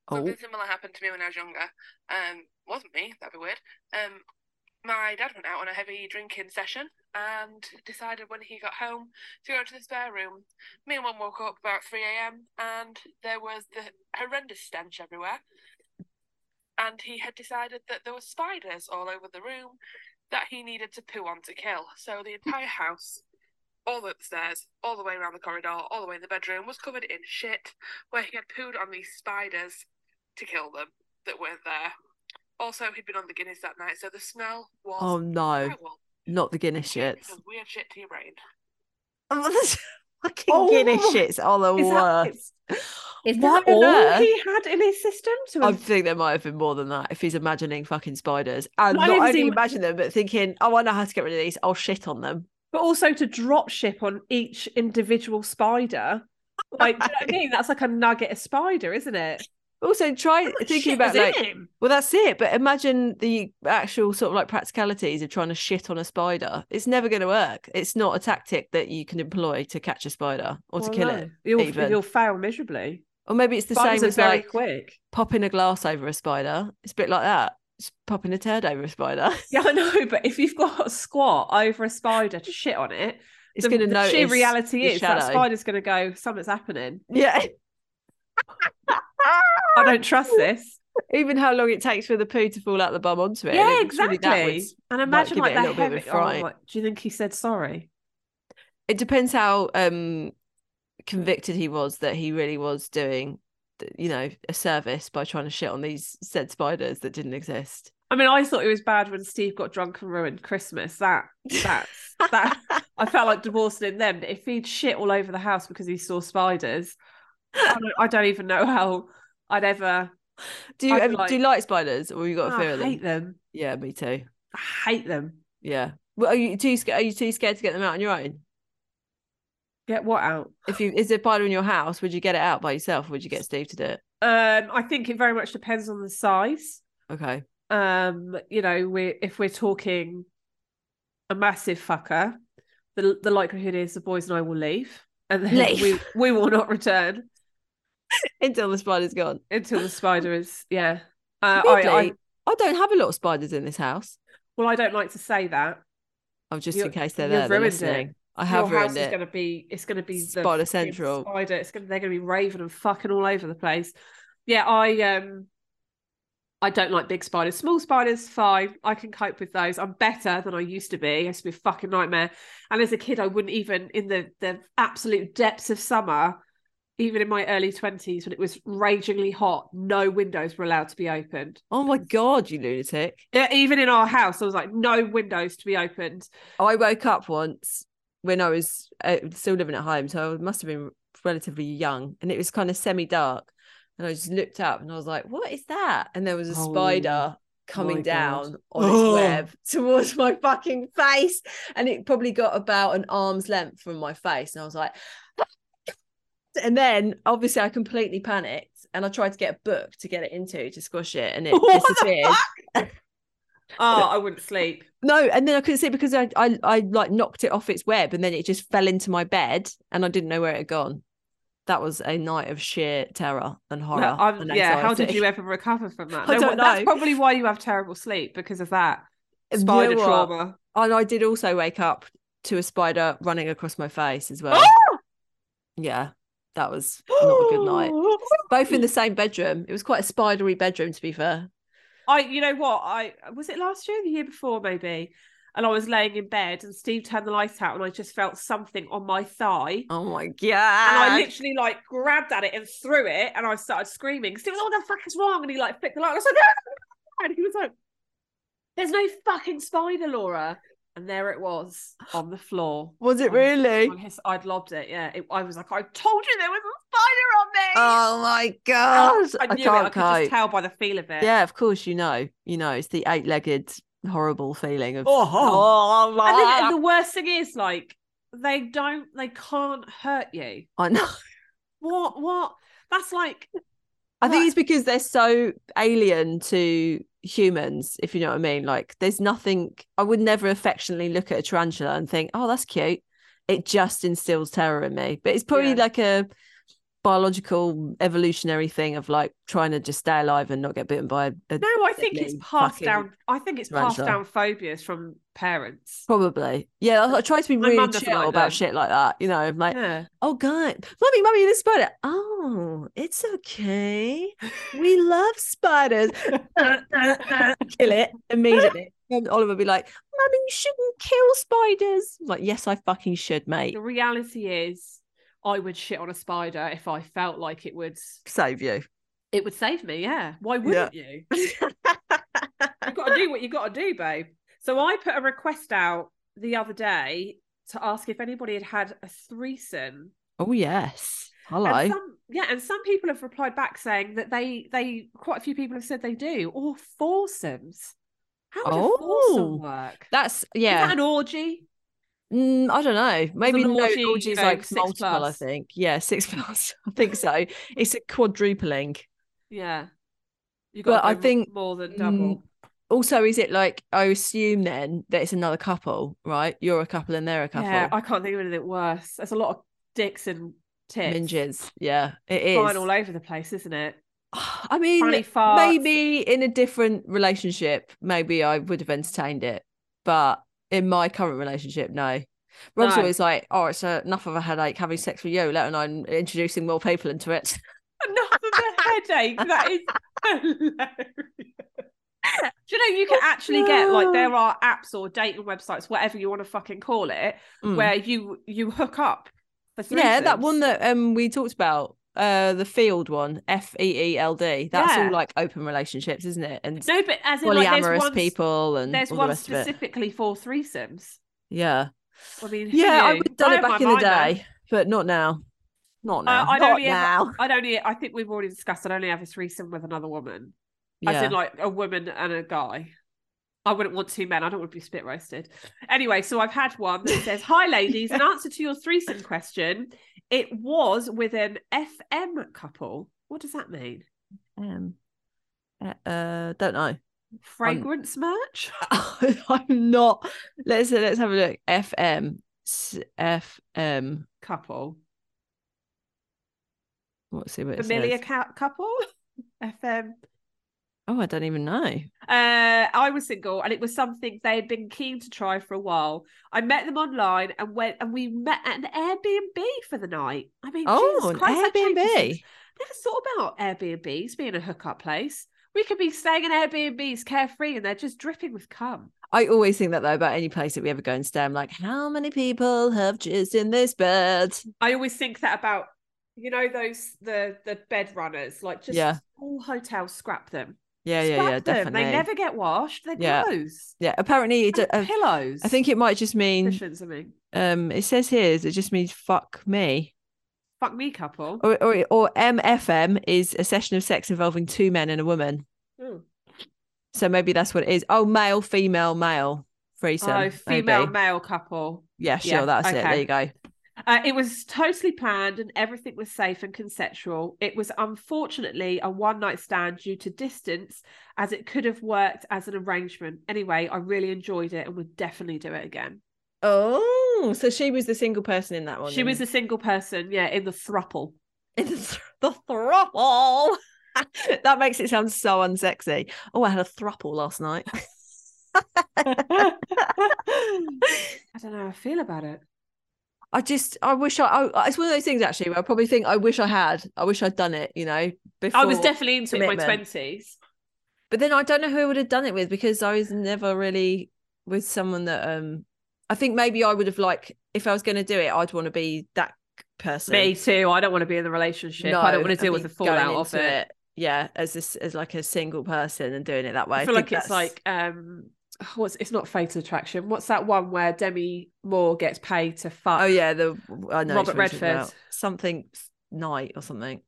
Speaker 4: Oh,
Speaker 5: Something similar happened to me when I was younger. Um, wasn't me. That'd be weird. Um, my dad went out on a heavy drinking session and decided when he got home to go to the spare room. Me and mum woke up about three a.m. and there was the horrendous stench everywhere. And he had decided that there were spiders all over the room that he needed to poo on to kill. So the entire house all the way upstairs, all the way around the corridor, all the way in the bedroom, was covered in shit where he had pooed on these spiders to kill them that weren't there. Also, he'd been on the Guinness that night, so the smell was
Speaker 4: oh no,
Speaker 5: terrible.
Speaker 4: not the Guinness
Speaker 5: It
Speaker 4: shits.
Speaker 5: does Weird shit to your brain.
Speaker 4: Oh, this (laughs) fucking
Speaker 3: Oh
Speaker 4: Guinness
Speaker 3: my-
Speaker 4: shits are the
Speaker 3: Is that-
Speaker 4: worst.
Speaker 3: Is
Speaker 4: What
Speaker 3: that all
Speaker 4: on earth?
Speaker 3: he had in his system to
Speaker 4: I
Speaker 3: (laughs) have-
Speaker 4: think there might have been more than that if he's imagining fucking spiders and
Speaker 3: Why
Speaker 4: not
Speaker 3: does
Speaker 4: only
Speaker 3: he-
Speaker 4: imagine them but thinking, oh, I know how to get rid of these. I'll shit on them.
Speaker 3: but also to drop ship on each individual spider. Like, do you know (laughs) what I mean? That's like a nugget of spider, isn't it?
Speaker 4: Also, try
Speaker 3: Oh,
Speaker 4: thinking about like,
Speaker 3: him.
Speaker 4: well, that's it. But imagine the actual sort of like practicalities of trying to shit on a spider. It's never going to work. It's not a tactic that you can employ to catch a spider or to kill it.
Speaker 3: You'll,
Speaker 4: even.
Speaker 3: you'll fail miserably.
Speaker 4: Or maybe it's the
Speaker 3: Spiders
Speaker 4: same
Speaker 3: are
Speaker 4: as
Speaker 3: very
Speaker 4: like
Speaker 3: quick.
Speaker 4: popping a glass over a spider. It's a bit like that. It's popping a turd over a spider.
Speaker 3: (laughs)
Speaker 4: (laughs)
Speaker 3: Yeah, I know, but if you've got a squat over a spider to shit on it,
Speaker 4: It's
Speaker 3: the,
Speaker 4: going to
Speaker 3: the
Speaker 4: know.
Speaker 3: sheer reality
Speaker 4: the
Speaker 3: is that
Speaker 4: shadow.
Speaker 3: spider's going to go, something's happening.
Speaker 4: Yeah. Ah,
Speaker 3: I don't trust this.
Speaker 4: even how long it takes for the poo to fall out the bum onto it. and
Speaker 3: yeah,
Speaker 4: it was really
Speaker 3: exactly.
Speaker 4: that was-
Speaker 3: and imagine
Speaker 4: give
Speaker 3: like
Speaker 4: it a
Speaker 3: that
Speaker 4: little bit of a
Speaker 3: heavy. Oh,
Speaker 4: fright.
Speaker 3: my- do you think he said sorry?
Speaker 4: it depends how um convicted he was that he really was doing, th- you know, a service by trying to shit on these said spiders that didn't exist.
Speaker 3: I mean, I thought it was bad when Steve got drunk and ruined Christmas. That that's that. I felt like divorcing him then. But if he'd shit all over the house because he saw spiders, I don't, I don't even know how I'd ever.
Speaker 4: Do you
Speaker 3: I'd
Speaker 4: ever,
Speaker 3: like-
Speaker 4: do you like spiders or you got a
Speaker 3: Oh,
Speaker 4: fear
Speaker 3: I
Speaker 4: of them?
Speaker 3: hate them.
Speaker 4: Yeah, me too.
Speaker 3: I hate them.
Speaker 4: Yeah. Well, are you too scared? Are you too scared to get them out on your own?
Speaker 3: Get what out?
Speaker 4: If you is there a spider in your house, would you get it out by yourself? Or would you get Steve to do it?
Speaker 3: Um, I think it very much depends on the size.
Speaker 4: Okay.
Speaker 3: Um, you know, we if we're talking a massive fucker, the the likelihood is the boys and I will leave, and then
Speaker 4: Leave.
Speaker 3: we we will not return.
Speaker 4: Until the spider's gone.
Speaker 3: until the spider is yeah uh,
Speaker 4: Weirdly,
Speaker 3: I,
Speaker 4: I,
Speaker 3: I
Speaker 4: don't have a lot of spiders in this house.
Speaker 3: well i don't like to say that
Speaker 4: Oh, just
Speaker 3: You-
Speaker 4: in case they're
Speaker 3: you've
Speaker 4: there, they're
Speaker 3: ruined it.
Speaker 4: listening. I have
Speaker 3: your house
Speaker 4: ruined
Speaker 3: is
Speaker 4: it.
Speaker 3: going to be it's going to be the
Speaker 4: Spider
Speaker 3: fucking
Speaker 4: central.
Speaker 3: spider it's going to they're going to be raving and fucking all over the place yeah i um i don't like big spiders small spiders fine i can cope with those i'm better than i used to be it used to be a fucking nightmare and as a kid i wouldn't even in the the absolute depths of summer even in my early 20s when it was ragingly hot no windows were allowed to be opened
Speaker 4: Oh my god, you lunatic!
Speaker 3: Yeah, even in our house, I was like, no windows to be opened.
Speaker 4: Oh, I woke up once when I was uh, still living at home, so I must have been relatively young, and it was kind of semi-dark. And I just looked up, and I was like, "What is that?" And there was a
Speaker 3: Oh
Speaker 4: spider
Speaker 3: my
Speaker 4: coming
Speaker 3: God. (gasps)
Speaker 4: down on its
Speaker 3: Ugh.
Speaker 4: web towards my fucking face, and it probably got about an arm's length from my face, and I was like. (laughs) And then obviously I completely panicked and I tried to get a book to get it into to squash it and it
Speaker 3: (laughs) What the
Speaker 4: disappeared.
Speaker 3: Oh, I wouldn't sleep.
Speaker 4: No, and then I couldn't see it because I, I I like knocked it off its web and then it just fell into my bed and I didn't know where it had gone. That was a night of sheer terror and horror.
Speaker 3: No, I'm-
Speaker 4: and
Speaker 3: yeah, how did
Speaker 4: anxiety. (laughs)
Speaker 3: you ever recover from (laughs) that?
Speaker 4: I
Speaker 3: No,
Speaker 4: don't
Speaker 3: wha- That's
Speaker 4: know.
Speaker 3: probably why you have terrible sleep because of that
Speaker 4: You know
Speaker 3: spider
Speaker 4: what?
Speaker 3: trauma.
Speaker 4: And I did also wake up to a spider running across my face as
Speaker 3: (gasps)
Speaker 4: well. yeah, that was not a good
Speaker 3: (gasps)
Speaker 4: night. Both in the same bedroom. It was quite a spidery bedroom, to be fair.
Speaker 3: I, you know what? I was it last year, the year before, maybe. And I was laying in bed, and Steve turned the light out, and I just felt something on my thigh.
Speaker 4: Oh my god!
Speaker 3: And I literally like grabbed at it and threw it, and I started screaming. Steve was, "What the fuck is wrong?" And he like (laughs) flicked the light. And I was like, And he was like, There's no fucking spider, Laura. And there it was on the floor.
Speaker 4: Was it
Speaker 3: Um,
Speaker 4: really?
Speaker 3: On his- I'd lobbed it. Yeah, It- I was like, I told you there was a spider on me.
Speaker 4: Oh my god! I,
Speaker 3: I knew it. I
Speaker 4: can't
Speaker 3: could just
Speaker 4: cope.
Speaker 3: tell by the feel of it.
Speaker 4: Yeah, of course you know. You know, it's the eight-legged horrible feeling of.
Speaker 3: Oh,
Speaker 4: Oh,
Speaker 3: And the, and the worst thing is, like, they don't, they can't hurt you.
Speaker 4: I know.
Speaker 3: What? What? That's like,
Speaker 4: I think
Speaker 3: Right.
Speaker 4: it's because they're so alien to humans, if you know what I mean. Like, there's nothing, I would never affectionately look at a tarantula and think, oh, that's cute. It just instills terror in me. But it's probably
Speaker 3: Yeah.
Speaker 4: like a biological evolutionary thing of like trying to just stay alive and not get bitten by a. a-
Speaker 3: no, I think it's
Speaker 4: Deadly
Speaker 3: passed
Speaker 4: fucking
Speaker 3: down. I think it's passed
Speaker 4: tarantula.
Speaker 3: down phobias from parents.
Speaker 4: Probably. Yeah, I, I try to be
Speaker 3: My
Speaker 4: really
Speaker 3: mum doesn't
Speaker 4: chill
Speaker 3: like
Speaker 4: about
Speaker 3: them.
Speaker 4: shit like that. You know, I'm like,
Speaker 3: Yeah.
Speaker 4: oh, God, mummy, mummy, this spider. Oh, it's okay. We love
Speaker 3: (laughs)
Speaker 4: spiders. kill it immediately. And Oliver would be like, Mummy, you shouldn't kill spiders. I'm like, yes, I fucking should, mate.
Speaker 3: The reality is, I would shit on a spider if I felt like it would.
Speaker 4: Save you.
Speaker 3: (laughs) It would save me. Yeah. Why wouldn't you? You've got to do what you got to do, babe. So I put a request out the other day to ask if anybody had had a threesome
Speaker 4: oh, yes.
Speaker 3: And
Speaker 4: Hello.
Speaker 3: some, yeah, and some people have replied back saying that they they quite a few people have said they do or foursomes. How would a
Speaker 4: Oh,
Speaker 3: foursome work?
Speaker 4: That's,
Speaker 3: Is
Speaker 4: yeah.
Speaker 3: that an orgy?
Speaker 4: Mm, I don't know. Maybe
Speaker 3: an
Speaker 4: no
Speaker 3: orgy, you
Speaker 4: orgy is
Speaker 3: know,
Speaker 4: like
Speaker 3: six
Speaker 4: multiple, I
Speaker 3: plus?
Speaker 4: think. Yeah, six (laughs) plus. I think so. It's a quadrupling.
Speaker 3: Yeah, you
Speaker 4: Well,
Speaker 3: got.
Speaker 4: I think,
Speaker 3: more than
Speaker 4: mm,
Speaker 3: double.
Speaker 4: Also, is it like, I assume then that it's another couple, right? You're a couple and they're a couple.
Speaker 3: Yeah, I can't think of anything worse. There's a lot of dicks and tits
Speaker 4: Minges. Yeah, it is.
Speaker 3: flying all over the place, isn't it?
Speaker 4: (sighs) I mean,
Speaker 3: Funny farts.
Speaker 4: maybe in a different relationship, maybe I would have entertained it. But in my current relationship, no. Rob's
Speaker 3: No.
Speaker 4: always like, oh, it's uh, enough of a headache having sex with you, let alone introducing more people into it.
Speaker 3: (laughs) Enough of the headache. That is hilarious. Do you know you can actually get like
Speaker 4: Oh,
Speaker 3: there are apps or dating websites, whatever you want to fucking call it,
Speaker 4: (laughs) Mm.
Speaker 3: where you you hook up. For
Speaker 4: yeah, that
Speaker 3: threesomes.
Speaker 4: one that um we talked about, uh, the field one, F E E L D. That's
Speaker 3: Yeah.
Speaker 4: all like open relationships, isn't it? And
Speaker 3: No, but as in like, there's
Speaker 4: polyamorous
Speaker 3: one,
Speaker 4: people and
Speaker 3: There's
Speaker 4: all
Speaker 3: one
Speaker 4: the rest of it.
Speaker 3: specifically for threesomes.
Speaker 4: Yeah,
Speaker 3: I mean, who
Speaker 4: yeah, I
Speaker 3: knew?
Speaker 4: would have done it
Speaker 3: have
Speaker 4: back
Speaker 3: my
Speaker 4: in the
Speaker 3: mind now.
Speaker 4: day, but not now. Not now.
Speaker 3: Uh, I'd
Speaker 4: not
Speaker 3: only ever-
Speaker 4: now.
Speaker 3: I'd only, I think we've already discussed. I'd only have a threesome with another woman,
Speaker 4: yeah.
Speaker 3: as in like a woman and a guy. I wouldn't want two men. I don't want to be spit roasted. Anyway, so I've had one that says,
Speaker 4: (laughs)
Speaker 3: "Hi, ladies. In answer to your threesome question, it was with an FM couple. What does that mean?
Speaker 4: Um, uh, uh, don't know. (laughs)
Speaker 3: Fragrance merch?
Speaker 4: I'm not. Let's let's have a look. FM S- FM.
Speaker 3: Couple.
Speaker 4: Let's see what it
Speaker 3: Familiar
Speaker 4: says.
Speaker 3: cou- couple? FM.
Speaker 4: Oh, I don't even know.
Speaker 3: Uh, I was single, and it was something they had been keen to try for a while. I met them online and went, and we met at an Airbnb for the night. I mean,
Speaker 4: Oh,
Speaker 3: Jesus
Speaker 4: an
Speaker 3: Christ, that changes things.
Speaker 4: Airbnb.
Speaker 3: Never thought about Airbnbs being a hookup place. We could be staying in Airbnbs carefree, and they're just dripping with cum.
Speaker 4: I always think that though about any place that we ever go and stay. I'm like, how many people have jizzed in this bed?
Speaker 3: I always think that about you know those the the bed runners, like just
Speaker 4: Yeah.
Speaker 3: all hotels scrap them.
Speaker 4: Yeah, yeah,
Speaker 3: Scrap
Speaker 4: yeah,
Speaker 3: them.
Speaker 4: definitely.
Speaker 3: They never get washed. They're
Speaker 4: Yeah.
Speaker 3: gross.
Speaker 4: Yeah, apparently, it,
Speaker 3: And
Speaker 4: uh,
Speaker 3: pillows.
Speaker 4: I think it might just mean.
Speaker 3: Cushions, I mean,
Speaker 4: Um, it says here is it just means fuck me.
Speaker 3: fuck me, couple.
Speaker 4: or, or or MFM is a session of sex involving two men and a woman.
Speaker 3: Mm.
Speaker 4: So maybe that's what it is. Oh, male, female, male threesome.
Speaker 3: oh, female
Speaker 4: maybe.
Speaker 3: male couple.
Speaker 4: Yeah, sure,
Speaker 3: yeah,
Speaker 4: that's it. There
Speaker 3: okay.
Speaker 4: you go.
Speaker 3: Uh, it was totally planned and everything was safe and consensual. It was unfortunately a one night stand due to distance, as it could have worked as an arrangement. Anyway, I really enjoyed it and would definitely do it again.
Speaker 4: Oh, so she was the single person in that one.
Speaker 3: she was a single person, yeah, in the thruple.
Speaker 4: (laughs) in the, thr- the throuple. (laughs) that makes it sound so unsexy. Oh, I had a throuple last night.
Speaker 3: I don't know how I feel about it.
Speaker 4: I just, I wish I, I. It's one of those things actually where I probably think I wish I had. I wish I'd done it. You know, before
Speaker 3: I was definitely into it in my
Speaker 4: commitment.
Speaker 3: twenties.
Speaker 4: but then I don't know who I would have done it with because I was never really with someone that um I think maybe I would have like if I was going to do it I'd want to be that person.
Speaker 3: Me too. I don't want to be in the relationship. I don't want to deal with the fallout of it.
Speaker 4: yeah, as this as like a single person and doing it that way.
Speaker 3: I feel
Speaker 4: think
Speaker 3: like it's
Speaker 4: that's-
Speaker 3: like um, (sighs) what's it's not Fatal Attraction. What's that one where Demi Moore gets paid to fuck?
Speaker 4: oh yeah, the I know what
Speaker 3: Robert
Speaker 4: you're talking
Speaker 3: Redford.
Speaker 4: about. something night or something.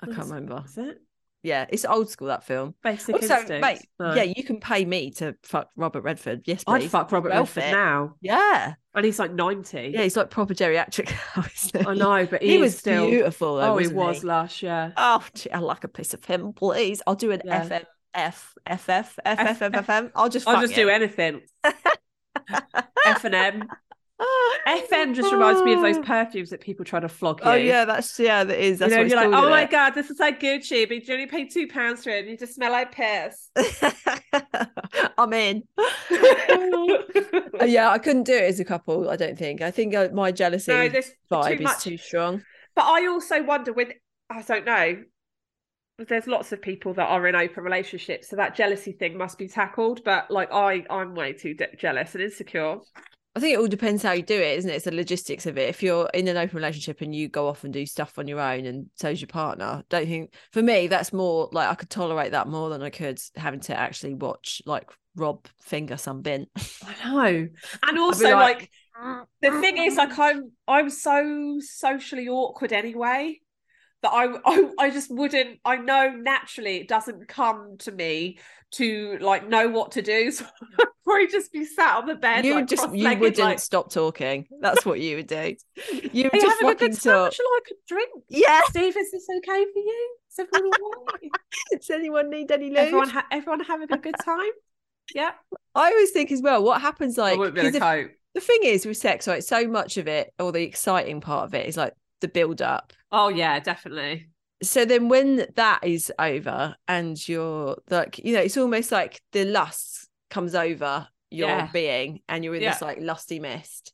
Speaker 4: I
Speaker 3: What
Speaker 4: can't
Speaker 3: is-
Speaker 4: remember.
Speaker 3: is it
Speaker 4: Yeah, it's old school that film.
Speaker 3: Basic
Speaker 4: Also,
Speaker 3: Instinct?
Speaker 4: mate,
Speaker 3: No.
Speaker 4: yeah, you can pay me to fuck Robert Redford. Yes,
Speaker 3: I'd
Speaker 4: please.
Speaker 3: fuck Robert
Speaker 4: Wealth
Speaker 3: Redford
Speaker 4: it.
Speaker 3: now,
Speaker 4: Yeah,
Speaker 3: and he's like ninety.
Speaker 4: yeah, he's like proper geriatric. (laughs) now, isn't
Speaker 3: I
Speaker 4: he? (laughs)
Speaker 3: know, but he,
Speaker 4: He
Speaker 3: is
Speaker 4: was
Speaker 3: still.
Speaker 4: beautiful. Though,
Speaker 3: oh, he
Speaker 4: wasn't
Speaker 3: was lush. Yeah.
Speaker 4: Oh, gee, I like a piece of him, please. I'll do an
Speaker 3: Yeah.
Speaker 4: FF, F, FF, FFFFM. I'll just
Speaker 3: I'll
Speaker 4: fuck
Speaker 3: just
Speaker 4: it. (laughs)
Speaker 3: do anything. F and M. FM just reminds me of those perfumes that people try to flog you.
Speaker 4: Oh yeah, that's yeah, that is. That's
Speaker 3: you know,
Speaker 4: what
Speaker 3: you're like,
Speaker 4: it's
Speaker 3: oh
Speaker 4: called,
Speaker 3: my
Speaker 4: isn't
Speaker 3: god, this is like Gucci, but you only pay two pounds for it, and you just smell like "Oh, piss.
Speaker 4: it?" (laughs) I'm
Speaker 3: (laughs)
Speaker 4: in. Uh, yeah, I couldn't do it as a couple. I don't think. I think uh, my jealousy
Speaker 3: no, this
Speaker 4: vibe
Speaker 3: too
Speaker 4: is
Speaker 3: much.
Speaker 4: too strong.
Speaker 3: But I also wonder with I don't know. There's lots of people that are in open relationships, so that jealousy thing must be tackled. But like I, I'm way too de- jealous and insecure.
Speaker 4: I think it all depends how you do it, isn't it? It's the logistics of it. If you're in an open relationship and you go off and do stuff on your own, and so's your partner, don't think for me that's more like I could tolerate that more than I could having to actually watch like Rob finger some bin.
Speaker 3: (laughs) I know. And also
Speaker 4: like,
Speaker 3: like, the thing is like I'm I'm so socially awkward anyway that I, I I just wouldn't I know naturally it doesn't come to me to like know what to do. (laughs) So I'd probably just be sat on the bed.
Speaker 4: you
Speaker 3: like,
Speaker 4: would just you
Speaker 3: cross-legged,
Speaker 4: wouldn't
Speaker 3: like,
Speaker 4: stop talking. That's what you would
Speaker 3: (laughs)
Speaker 4: do. You
Speaker 3: Are
Speaker 4: would
Speaker 3: you
Speaker 4: just
Speaker 3: having a good
Speaker 4: fucking
Speaker 3: time?
Speaker 4: (laughs) talk.
Speaker 3: Shall I could drink?
Speaker 4: Yeah.
Speaker 3: Steve, is this okay for you? Is everyone all (laughs) right?
Speaker 4: Does anyone need any lube?
Speaker 3: everyone, ha- everyone having a good time? Yeah.
Speaker 4: I always think as well, what happens like because if-
Speaker 3: cope.
Speaker 4: the thing is with sex, right? So much of it, or the exciting part of it, is like the build up.
Speaker 3: Oh yeah, definitely.
Speaker 4: so then when that is over and you're like you know it's almost like the lust comes over your
Speaker 3: Yeah.
Speaker 4: being and you're in this
Speaker 3: Yeah.
Speaker 4: like lusty mist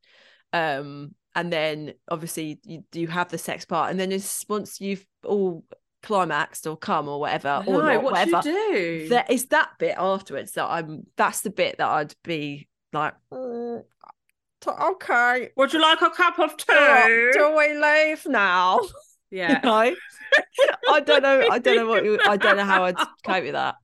Speaker 4: um and then obviously you, you have the sex part and then it's once you've all climaxed or come or whatever
Speaker 3: I
Speaker 4: or
Speaker 3: know,
Speaker 4: not,
Speaker 3: what do
Speaker 4: whatever
Speaker 3: you do?
Speaker 4: there is that bit afterwards that i'm that's the bit that i'd be like "Mm, t- okay
Speaker 3: Would you like a cup of tea?
Speaker 4: do, do we leave now (laughs)
Speaker 3: Yeah. (laughs)
Speaker 4: you know? I don't know. I don't know what. You, I don't know how I'd cope with that.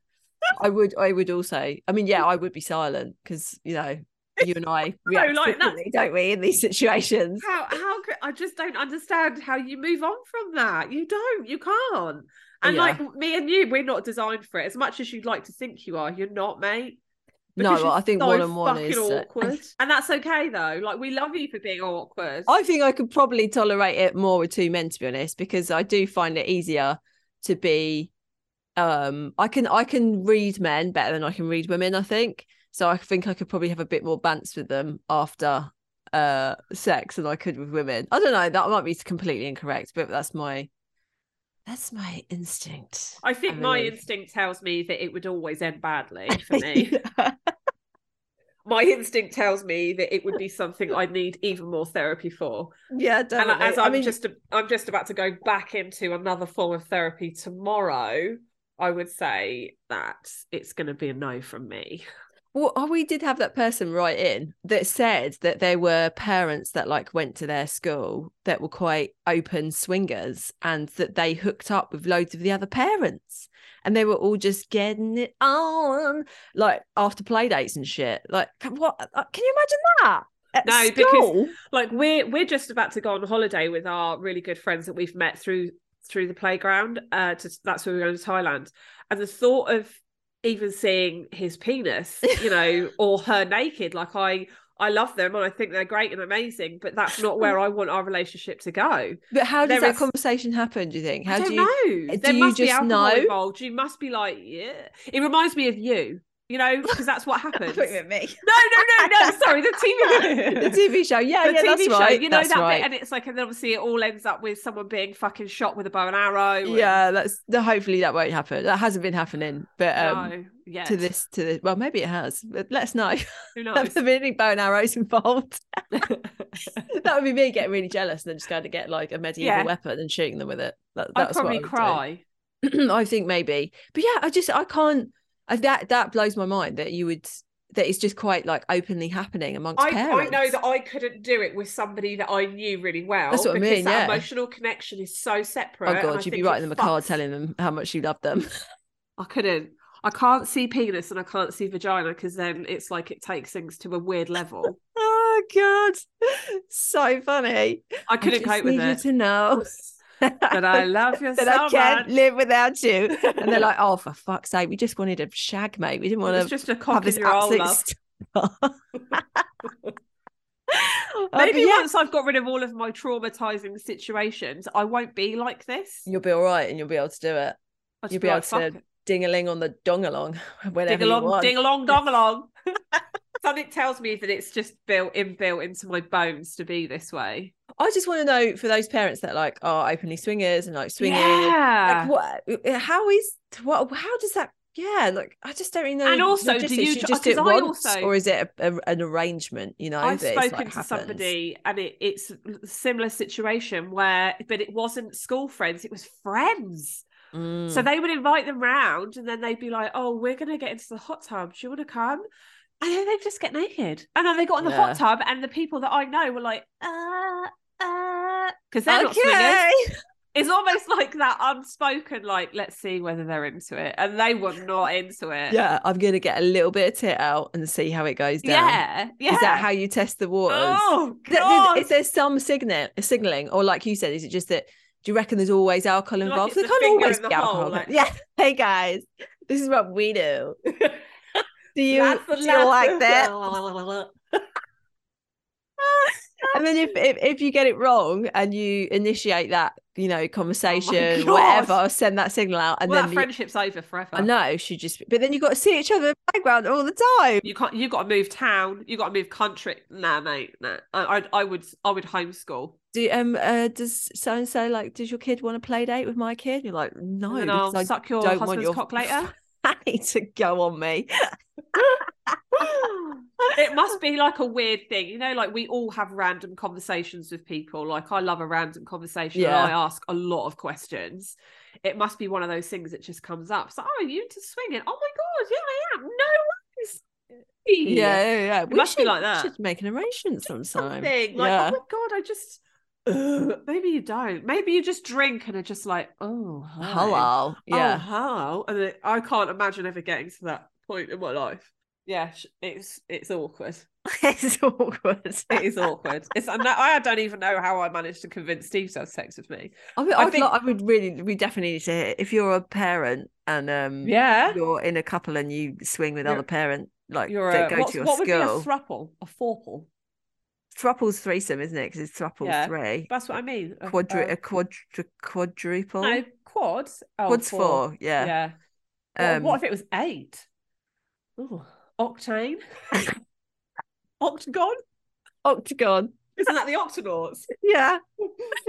Speaker 4: I would. I would also. I mean, yeah, I would be silent because you know you and
Speaker 3: (laughs)
Speaker 4: I react
Speaker 3: like, that's-
Speaker 4: differently, don't we, in these situations?
Speaker 3: How how could I just don't understand how you move on from that? You don't, you can't. And
Speaker 4: Yeah.
Speaker 3: like me and you, we're not designed for it. As much as you'd like to think you are, you're not, mate.
Speaker 4: No,
Speaker 3: Because you're
Speaker 4: I think
Speaker 3: so
Speaker 4: one on one
Speaker 3: fucking
Speaker 4: is. uh,
Speaker 3: awkward, and that's okay though. Like we love you for being awkward.
Speaker 4: I think I could probably tolerate it more with two men, to be honest, because I do find it easier to be. Um, I can I can read men better than I can read women. I think so. I think I could probably have a bit more bants with them after uh sex than I could with women. I don't know. That might be completely incorrect, but that's my that's my instinct.
Speaker 3: I think
Speaker 4: I
Speaker 3: my
Speaker 4: believe.
Speaker 3: instinct tells me that it would always end badly
Speaker 4: (laughs)
Speaker 3: for me. my instinct tells me that it would be something I'd need even more therapy for.
Speaker 4: yeah,
Speaker 3: and
Speaker 4: definitely.
Speaker 3: I- as
Speaker 4: I
Speaker 3: I'm
Speaker 4: mean,
Speaker 3: just I'm just about to go back into another form of therapy tomorrow. I would say that it's going to be a no from me.
Speaker 4: Well, oh, we did have that person write in that said that there were parents that like went to their school that were quite open swingers and that they hooked up with loads of the other parents and they were all just getting it on like after play dates and shit. Like, c- what uh, can you imagine that? At
Speaker 3: No, because-
Speaker 4: school?
Speaker 3: Like we're we're just about to go on holiday with our really good friends that we've met through through the playground. Uh, to, that's where we're going to Thailand, and the thought of even seeing his penis, you
Speaker 4: (laughs)
Speaker 3: know, or her naked, like I. I love them and I think they're great and amazing, but that's not where I want our relationship to go.
Speaker 4: but how does
Speaker 3: there
Speaker 4: that
Speaker 3: is-
Speaker 4: conversation happen? Do you think? How
Speaker 3: I
Speaker 4: do
Speaker 3: don't
Speaker 4: you? (laughs)
Speaker 3: know.
Speaker 4: do
Speaker 3: There
Speaker 4: you
Speaker 3: must be
Speaker 4: just
Speaker 3: alcohol
Speaker 4: know?
Speaker 3: involved. You must be like, yeah. It reminds me of you, you know, because
Speaker 4: (laughs)
Speaker 3: that's what happens. no, no,
Speaker 4: me.
Speaker 3: no, no.
Speaker 4: (laughs)
Speaker 3: Sorry, the TV.
Speaker 4: the TV show, yeah,
Speaker 3: (laughs) the
Speaker 4: yeah,
Speaker 3: TV
Speaker 4: that's
Speaker 3: show,
Speaker 4: right.
Speaker 3: you know
Speaker 4: that's
Speaker 3: that
Speaker 4: right.
Speaker 3: bit, and it's like, and then obviously it all ends up with someone being fucking shot with a bow and arrow. and-
Speaker 4: yeah, that's the, hopefully that won't happen. That hasn't been happening, but um,
Speaker 3: no, yeah.
Speaker 4: to this to this well maybe it has but let us know (laughs)
Speaker 3: who
Speaker 4: have
Speaker 3: knows?
Speaker 4: there been any bow and arrows (laughs)
Speaker 3: (laughs)
Speaker 4: involved that would be me getting really jealous and then just going to get like a medieval
Speaker 3: Yeah.
Speaker 4: weapon and shooting them with it that,
Speaker 3: I'd
Speaker 4: that's what I
Speaker 3: probably
Speaker 4: would do.
Speaker 3: cry.
Speaker 4: (clears throat) i think maybe but yeah i just i can't I, that that blows my mind that you would that is just quite like openly happening amongst
Speaker 3: I, I
Speaker 4: parents.
Speaker 3: know that I couldn't do it with somebody that I knew really well.
Speaker 4: That's what I
Speaker 3: because
Speaker 4: mean,
Speaker 3: That
Speaker 4: yeah.
Speaker 3: emotional connection is so separate.
Speaker 4: Oh
Speaker 3: and I
Speaker 4: god, you'd be
Speaker 3: think it
Speaker 4: writing them a card
Speaker 3: fucks-
Speaker 4: telling them how much you love
Speaker 3: (laughs)
Speaker 4: them.
Speaker 3: I couldn't. I can't see penis and I can't see vagina because then it's like it takes things to a weird level.
Speaker 4: oh god, (laughs) so funny.
Speaker 3: I couldn't
Speaker 4: just
Speaker 3: cope with
Speaker 4: need you
Speaker 3: it.
Speaker 4: to know
Speaker 3: That
Speaker 4: (laughs)
Speaker 3: I love you
Speaker 4: that
Speaker 3: so
Speaker 4: I can't
Speaker 3: much.
Speaker 4: live without you. And
Speaker 3: (laughs)
Speaker 4: they're like, oh for fuck's sake, we just wanted a shag, mate. We didn't want to
Speaker 3: it's just a
Speaker 4: have
Speaker 3: cock in
Speaker 4: this
Speaker 3: your hole,
Speaker 4: absolute.
Speaker 3: love.
Speaker 4: st-
Speaker 3: (laughs)
Speaker 4: Oh, Uh, but
Speaker 3: Maybe
Speaker 4: yeah,
Speaker 3: once I've got rid of all of my traumatizing situations, I won't be like this.
Speaker 4: you'll be all right, and you'll be able to do it.
Speaker 3: I'll just
Speaker 4: you'll be able
Speaker 3: like,
Speaker 4: to
Speaker 3: "Fuck it."
Speaker 4: Ding a ling on the dong along, (laughs) whenever
Speaker 3: ding
Speaker 4: you
Speaker 3: along,
Speaker 4: want.
Speaker 3: ding
Speaker 4: (laughs)
Speaker 3: along, dong along. (laughs) Something tells me that it's just built inbuilt into my bones to be this way.
Speaker 4: I just want to know for those parents that like are openly swingers and like swinging.
Speaker 3: yeah.
Speaker 4: Like what? uh, How is what? How does that? Yeah, like I just don't really know.
Speaker 3: And also, do
Speaker 4: logistics.
Speaker 3: you- uh,
Speaker 4: just do it
Speaker 3: 'cause I
Speaker 4: once,
Speaker 3: also-
Speaker 4: or is it a, a- an arrangement? You know,
Speaker 3: I've
Speaker 4: that it's, like,
Speaker 3: spoken to
Speaker 4: happens?
Speaker 3: somebody and it, it's a similar situation where, but it wasn't school friends, it was friends.
Speaker 4: Mm.
Speaker 3: So they would invite them round and then they'd be like, oh, we're going to get into the hot tub. Do you want to come? And then they'd just get naked. And then they got in the
Speaker 4: Yeah.
Speaker 3: hot tub and the people that I know were like, uh, uh, because they're not swingers.
Speaker 4: okay.
Speaker 3: It's almost like that unspoken, like, let's see whether they're into it. And they were not into it.
Speaker 4: Yeah, I'm gonna get a little bit of tit out and see how it goes down.
Speaker 3: Yeah. Yeah.
Speaker 4: Is that how you test the waters?
Speaker 3: Oh,
Speaker 4: Th- th-
Speaker 3: God.
Speaker 4: Is there some signal signaling, or like you said, is it just that? Do you reckon there's always alcohol
Speaker 3: Like
Speaker 4: involved?
Speaker 3: it's
Speaker 4: There
Speaker 3: the
Speaker 4: can't
Speaker 3: finger
Speaker 4: always
Speaker 3: in the
Speaker 4: be alcohol.
Speaker 3: hole,
Speaker 4: can-
Speaker 3: like-
Speaker 4: Yeah. (laughs) Hey guys, this is what we
Speaker 3: (laughs)
Speaker 4: do. Do you,
Speaker 3: That's the
Speaker 4: do you like
Speaker 3: laugh.
Speaker 4: that? And then if, if if you get it wrong and you initiate that, you know, conversation,
Speaker 3: God.
Speaker 4: whatever, send that signal out, and
Speaker 3: Oh well,
Speaker 4: then
Speaker 3: that
Speaker 4: you-
Speaker 3: friendship's over forever.
Speaker 4: I know she just. But then you got to see each other in the background all the time.
Speaker 3: You can't. You got to move town. You got to move country. Nah, mate. Nah. I, I, I would. I would homeschool.
Speaker 4: Do um uh, does so and so like? Does your kid want to play date with my kid? You're like, no,
Speaker 3: and then
Speaker 4: because (laughs)
Speaker 3: I'll
Speaker 4: I
Speaker 3: suck your
Speaker 4: don't want
Speaker 3: husband's
Speaker 4: your (laughs)
Speaker 3: cock later.
Speaker 4: fanny to go on
Speaker 3: (laughs)
Speaker 4: me.
Speaker 3: it must be like a weird thing, you know. Like we all have random conversations with people. Like I love a random conversation.
Speaker 4: Yeah.
Speaker 3: And I ask a lot of questions. It must be one of those things that just comes up. So, oh, are you into swinging? Oh my god, yeah, I am. No ways.
Speaker 4: Yeah, yeah, yeah. We
Speaker 3: must be
Speaker 4: should-
Speaker 3: like
Speaker 4: we
Speaker 3: that.
Speaker 4: Should make an arrangement sometime.
Speaker 3: something. Like, (laughs)
Speaker 4: Yeah.
Speaker 3: oh my god, I just Ugh, maybe you don't. Maybe you just drink and are just like, oh hi.
Speaker 4: Hello.
Speaker 3: Oh, (laughs)
Speaker 4: Yeah.
Speaker 3: hello. And it, I can't imagine ever getting to that point in my life. Yeah, sh- it's it's awkward.
Speaker 4: it's awkward.
Speaker 3: It (laughs) is awkward. It's and I don't even know how I managed to convince Steve to have sex with me.
Speaker 4: I, mean,
Speaker 3: I
Speaker 4: I, would
Speaker 3: think-
Speaker 4: lo- I would really, we definitely need to hear if you're a parent and
Speaker 3: Mm.
Speaker 4: um,
Speaker 3: Yeah,
Speaker 4: you're in a couple and you swing with
Speaker 3: You're-
Speaker 4: other parent like
Speaker 3: you're
Speaker 4: that
Speaker 3: a,
Speaker 4: go
Speaker 3: what's,
Speaker 4: to your
Speaker 3: what would be a
Speaker 4: school.
Speaker 3: thruple, a fourple?
Speaker 4: Thruple's threesome, isn't it? Because it's thruple
Speaker 3: Yeah.
Speaker 4: three,
Speaker 3: That's what I mean. A-
Speaker 4: quadri,
Speaker 3: a-
Speaker 4: a quadri, quadruple,
Speaker 3: no quads. Oh,
Speaker 4: quads four.
Speaker 3: Yeah.
Speaker 4: Yeah.
Speaker 3: What,
Speaker 4: Um,
Speaker 3: what if it was eight? Ooh, octane, (laughs) octagon.
Speaker 4: octagon.
Speaker 3: Isn't that the (laughs) Octonauts?
Speaker 4: Yeah.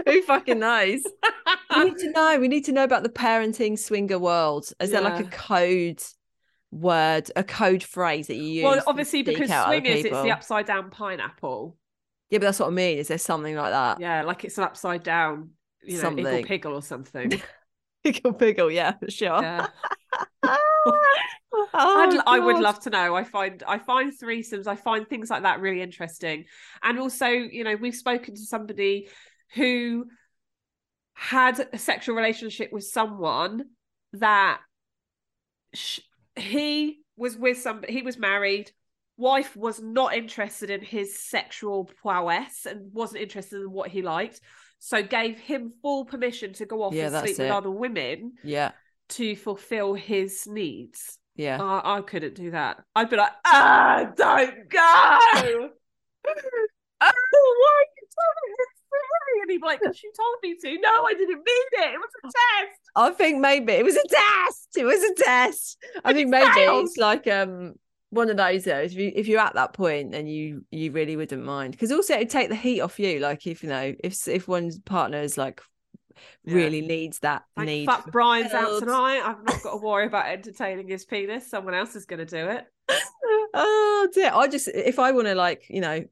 Speaker 4: Who fucking knows? we need to know. We need to know about the parenting swinger world. Is there like a
Speaker 3: Yeah.
Speaker 4: code word, a code phrase that you use?
Speaker 3: well,
Speaker 4: to
Speaker 3: obviously,
Speaker 4: speak
Speaker 3: because
Speaker 4: out other
Speaker 3: swingers, it's the
Speaker 4: people?
Speaker 3: upside down pineapple.
Speaker 4: Yeah, but that's what I mean. Is there something like that? (laughs)
Speaker 3: Yeah, like it's an upside down, you know,
Speaker 4: Something.
Speaker 3: eagle piggle or something.
Speaker 4: Pickle, pickle. Yeah, for sure.
Speaker 3: Yeah.
Speaker 4: (laughs) Oh,
Speaker 3: I'd, I would
Speaker 4: God.
Speaker 3: love to know. I find I find threesomes, I find things like that really interesting. And also, you know, we've spoken to somebody who had a sexual relationship with someone that sh- he was with somebody. He was married. Wife was not interested in his sexual prowess and wasn't interested in what he liked. So gave him full permission to go off
Speaker 4: Yeah,
Speaker 3: and
Speaker 4: that's
Speaker 3: sleep with
Speaker 4: it.
Speaker 3: other women
Speaker 4: Yeah,
Speaker 3: to fulfill his needs.
Speaker 4: yeah.
Speaker 3: Oh, I, I couldn't do that. I'd be like, ah,
Speaker 4: (laughs)
Speaker 3: don't go. oh, why are you telling me this? And he'd be like, because you told me to. No, I didn't mean it. It was a test.
Speaker 4: I think maybe it was a test. It was a test. I think maybe
Speaker 3: failed.
Speaker 4: it's like um one of those though. If you if you're at that point and you you really wouldn't mind, because also it'd take the heat off you. Like if you know if if one's partner is like
Speaker 3: Yeah.
Speaker 4: really needs that
Speaker 3: Like,
Speaker 4: need.
Speaker 3: fuck, Brian's out
Speaker 4: fulfilled.
Speaker 3: tonight. I've not got to worry about entertaining his penis. Someone else is going to do it.
Speaker 4: oh dear! I just if I want to like you
Speaker 3: (laughs)
Speaker 4: know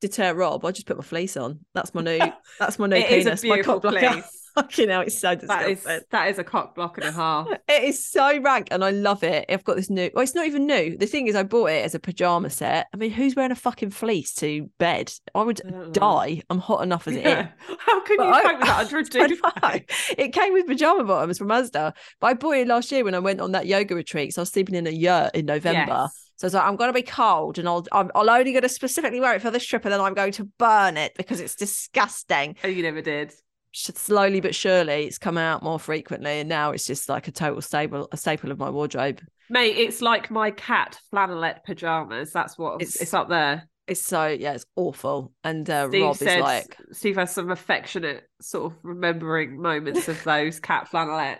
Speaker 4: deter Rob, I just put my fleece on. That's my new. that's my new
Speaker 3: It is
Speaker 4: penis.
Speaker 3: a
Speaker 4: my (laughs)
Speaker 3: beautiful
Speaker 4: cock blocker.
Speaker 3: place.
Speaker 4: Fucking hell, it's so
Speaker 3: That is
Speaker 4: disgusting.
Speaker 3: that is a cock block and
Speaker 4: (laughs)
Speaker 3: a half.
Speaker 4: It is so rank, and I love it. I've got this new. Well, it's not even new. The thing is, I bought it as a pajama set. I mean, who's wearing a fucking fleece to bed? I would
Speaker 3: I don't know.
Speaker 4: die. I'm hot enough as it
Speaker 3: (laughs)
Speaker 4: is.
Speaker 3: Mm. Yeah. How can
Speaker 4: But
Speaker 3: you
Speaker 4: I-
Speaker 3: cope with that under a
Speaker 4: (laughs) I
Speaker 3: duvet?
Speaker 4: know. It came with pajama bottoms from Asda, but I bought it last year when I went on that yoga retreat. So I was sleeping in a yurt in November.
Speaker 3: Yes.
Speaker 4: So I was like, I'm going to be cold, and I'll I'm, I'll only going to specifically wear it for this trip, and then I'm going to burn it because it's disgusting.
Speaker 3: Oh, you never did.
Speaker 4: Sh- Slowly but surely, it's come out more frequently, and now it's just like a total staple a staple of my wardrobe.
Speaker 3: Mate, it's like my cat flannelette pajamas. That's what it's,
Speaker 4: It's-
Speaker 3: up there.
Speaker 4: It's so yeah, it's awful. And uh,
Speaker 3: Steve
Speaker 4: Rob
Speaker 3: said-
Speaker 4: is like, (laughs)
Speaker 3: Steve has some affectionate sort of remembering moments
Speaker 4: (laughs)
Speaker 3: of those cat flannelettes.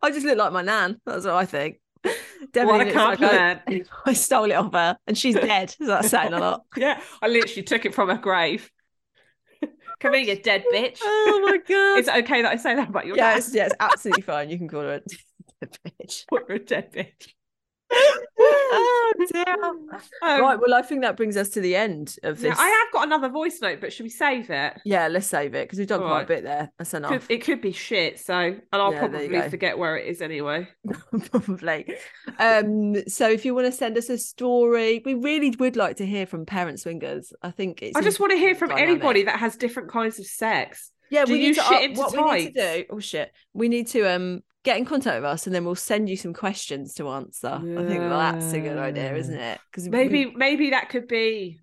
Speaker 4: I just look like my nan. That's what I think. (laughs)
Speaker 3: what
Speaker 4: Definitely
Speaker 3: a
Speaker 4: looks like I-
Speaker 3: compliment.
Speaker 4: (laughs) I stole it off her, and she's dead. So that's saying a lot.
Speaker 3: (laughs) yeah, I literally took it from her
Speaker 4: (laughs)
Speaker 3: grave. Come here, you dead bitch.
Speaker 4: Oh (laughs) my god!
Speaker 3: (laughs) Is it okay that I say that about
Speaker 4: (laughs)
Speaker 3: your
Speaker 4: yeah,
Speaker 3: cat?
Speaker 4: it's, yeah, it's absolutely fine. You can call her a (laughs) bitch.
Speaker 3: You're a dead (laughs) bitch.
Speaker 4: oh dear.
Speaker 3: (laughs) Um,
Speaker 4: Right. Well, I think that brings us to the end of
Speaker 3: yeah,
Speaker 4: this.
Speaker 3: I have got another voice note, but should we save it?
Speaker 4: Yeah, let's save it because we've done
Speaker 3: All
Speaker 4: quite
Speaker 3: right.
Speaker 4: a bit there. That's
Speaker 3: Could,
Speaker 4: enough,
Speaker 3: it could be shit, so and I'll
Speaker 4: Yeah, there you
Speaker 3: probably
Speaker 4: go.
Speaker 3: forget where it is anyway.
Speaker 4: (laughs) probably. Um, so if you want to send us a story, we really would like to hear from parent swingers. I think it's.
Speaker 3: I just want to hear from
Speaker 4: dynamic.
Speaker 3: anybody that has different kinds of sex.
Speaker 4: Yeah,
Speaker 3: do
Speaker 4: we
Speaker 3: you
Speaker 4: need to.
Speaker 3: shit
Speaker 4: up-
Speaker 3: into
Speaker 4: what we need to do? Oh shit! We need to um get in contact with us, and then we'll send you some questions to answer. I think that's a good idea,
Speaker 3: Yeah.
Speaker 4: isn't it? Because
Speaker 3: Maybe, maybe that could be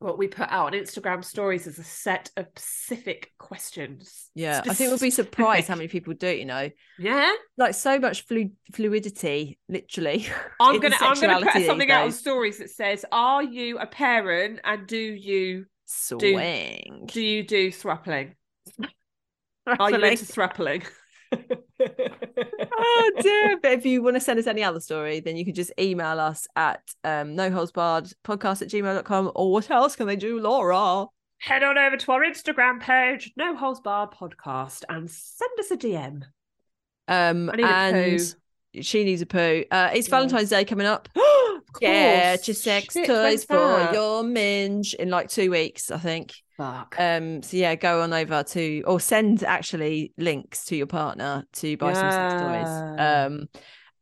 Speaker 3: what we put out on Instagram stories as a set of specific questions.
Speaker 4: Yeah, I think we'll be surprised
Speaker 3: (laughs)
Speaker 4: how many people do it. You know,
Speaker 3: Yeah,
Speaker 4: like so much flu- fluidity, literally. (laughs)
Speaker 3: I'm
Speaker 4: in
Speaker 3: gonna, I'm gonna
Speaker 4: sexuality
Speaker 3: put
Speaker 4: these
Speaker 3: something out on
Speaker 4: days.
Speaker 3: stories that says, "Are you a parent and do you
Speaker 4: Swing.
Speaker 3: do you do thruppling? (laughs) Are you into thruppling?" (laughs) Ah,
Speaker 4: oh dear! (laughs) But if you want to send us any other story, then you can just email us at um, noholesbarredpodcast at gmail.com or what else can they do, Laura?
Speaker 3: Head on over to our Instagram page, No Holes Bar Podcast, and send us a DM.
Speaker 4: Um,
Speaker 3: I need a
Speaker 4: and
Speaker 3: poo. (gasps)
Speaker 4: she needs a poo. Uh, it's
Speaker 3: Yeah.
Speaker 4: Valentine's Day coming up.
Speaker 3: Of
Speaker 4: Get
Speaker 3: course.
Speaker 4: your sex
Speaker 3: Shit,
Speaker 4: toys
Speaker 3: when's
Speaker 4: for
Speaker 3: that?
Speaker 4: your minge in like two weeks, I think.
Speaker 3: Fuck.
Speaker 4: Um, so yeah, go on over to or send actually links to your partner to buy some sex toys.
Speaker 3: Yeah.
Speaker 4: Um,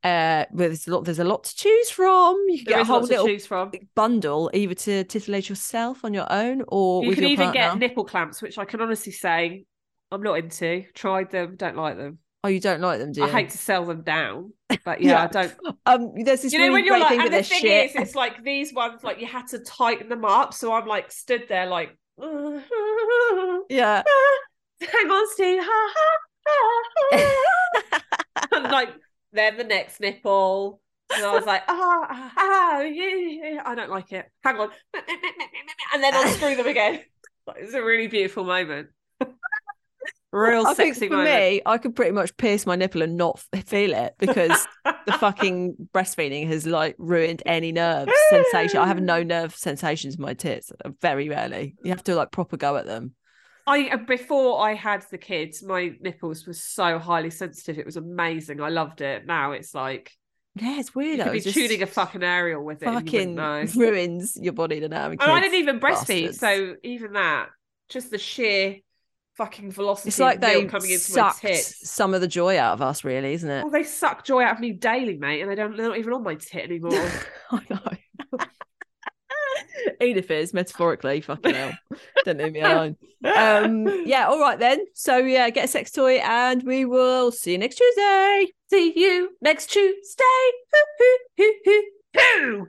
Speaker 4: uh, well, there's a lot. There's a lot to choose from. You can
Speaker 3: There
Speaker 4: get a
Speaker 3: is
Speaker 4: whole
Speaker 3: lots to
Speaker 4: little
Speaker 3: choose from.
Speaker 4: bundle either to titillate yourself on your own or
Speaker 3: You
Speaker 4: with
Speaker 3: can
Speaker 4: your
Speaker 3: even
Speaker 4: partner.
Speaker 3: get nipple clamps, which I can honestly say I'm not into. Tried them, don't like them.
Speaker 4: oh, you don't like them, do you?
Speaker 3: I hate to sell them down, but (laughs) yeah, I
Speaker 4: Yeah.
Speaker 3: don't.
Speaker 4: Um, there's this
Speaker 3: You know
Speaker 4: really
Speaker 3: when you're
Speaker 4: great
Speaker 3: like,
Speaker 4: thing with
Speaker 3: and the
Speaker 4: this
Speaker 3: thing
Speaker 4: shit.
Speaker 3: is, it's like these ones, like you had to tighten them up. So I'm like stood there, like,
Speaker 4: yeah.
Speaker 3: hang on, Steve. Ha, ha, ha, ha.
Speaker 4: (laughs)
Speaker 3: and like then the next nipple and i was like ah, ah, ah yeah, yeah, i don't like it hang on and
Speaker 4: (laughs)
Speaker 3: then unscrew them again Like, it's a really beautiful moment real
Speaker 4: I think
Speaker 3: sexy
Speaker 4: for
Speaker 3: moment
Speaker 4: me, I could pretty much pierce my nipple and not f- feel it because
Speaker 3: (laughs)
Speaker 4: the fucking breastfeeding has like ruined any
Speaker 3: (gasps)
Speaker 4: nerve sensation. I have no nerve sensations in my tits, uh, very rarely. You have to like proper go at them.
Speaker 3: i uh, before i had the kids my nipples were so highly sensitive it was amazing i loved it now it's like
Speaker 4: Yeah, it's weird.
Speaker 3: you
Speaker 4: I
Speaker 3: could be
Speaker 4: was just
Speaker 3: tuning a fucking aerial with it and you wouldn't
Speaker 4: fucking
Speaker 3: know.
Speaker 4: ruins your body to now.
Speaker 3: and I didn't even breastfeed,
Speaker 4: bastards.
Speaker 3: so even that, just the sheer fucking velocity
Speaker 4: It's like
Speaker 3: of milk
Speaker 4: they
Speaker 3: coming into
Speaker 4: sucked
Speaker 3: my tits.
Speaker 4: some of the joy out of us, really, isn't it?
Speaker 3: Well, they suck joy out of me daily, mate, and they don't, they're not even on my
Speaker 4: (laughs)
Speaker 3: tit anymore.
Speaker 4: I know. (laughs) Edith is metaphorically fucking hell. Don't leave me alone. Um, yeah, all right then. So yeah, get a sex toy, and we will see you next Tuesday.
Speaker 3: See you next Tuesday. Hoo, hoo, hoo, hoo, hoo.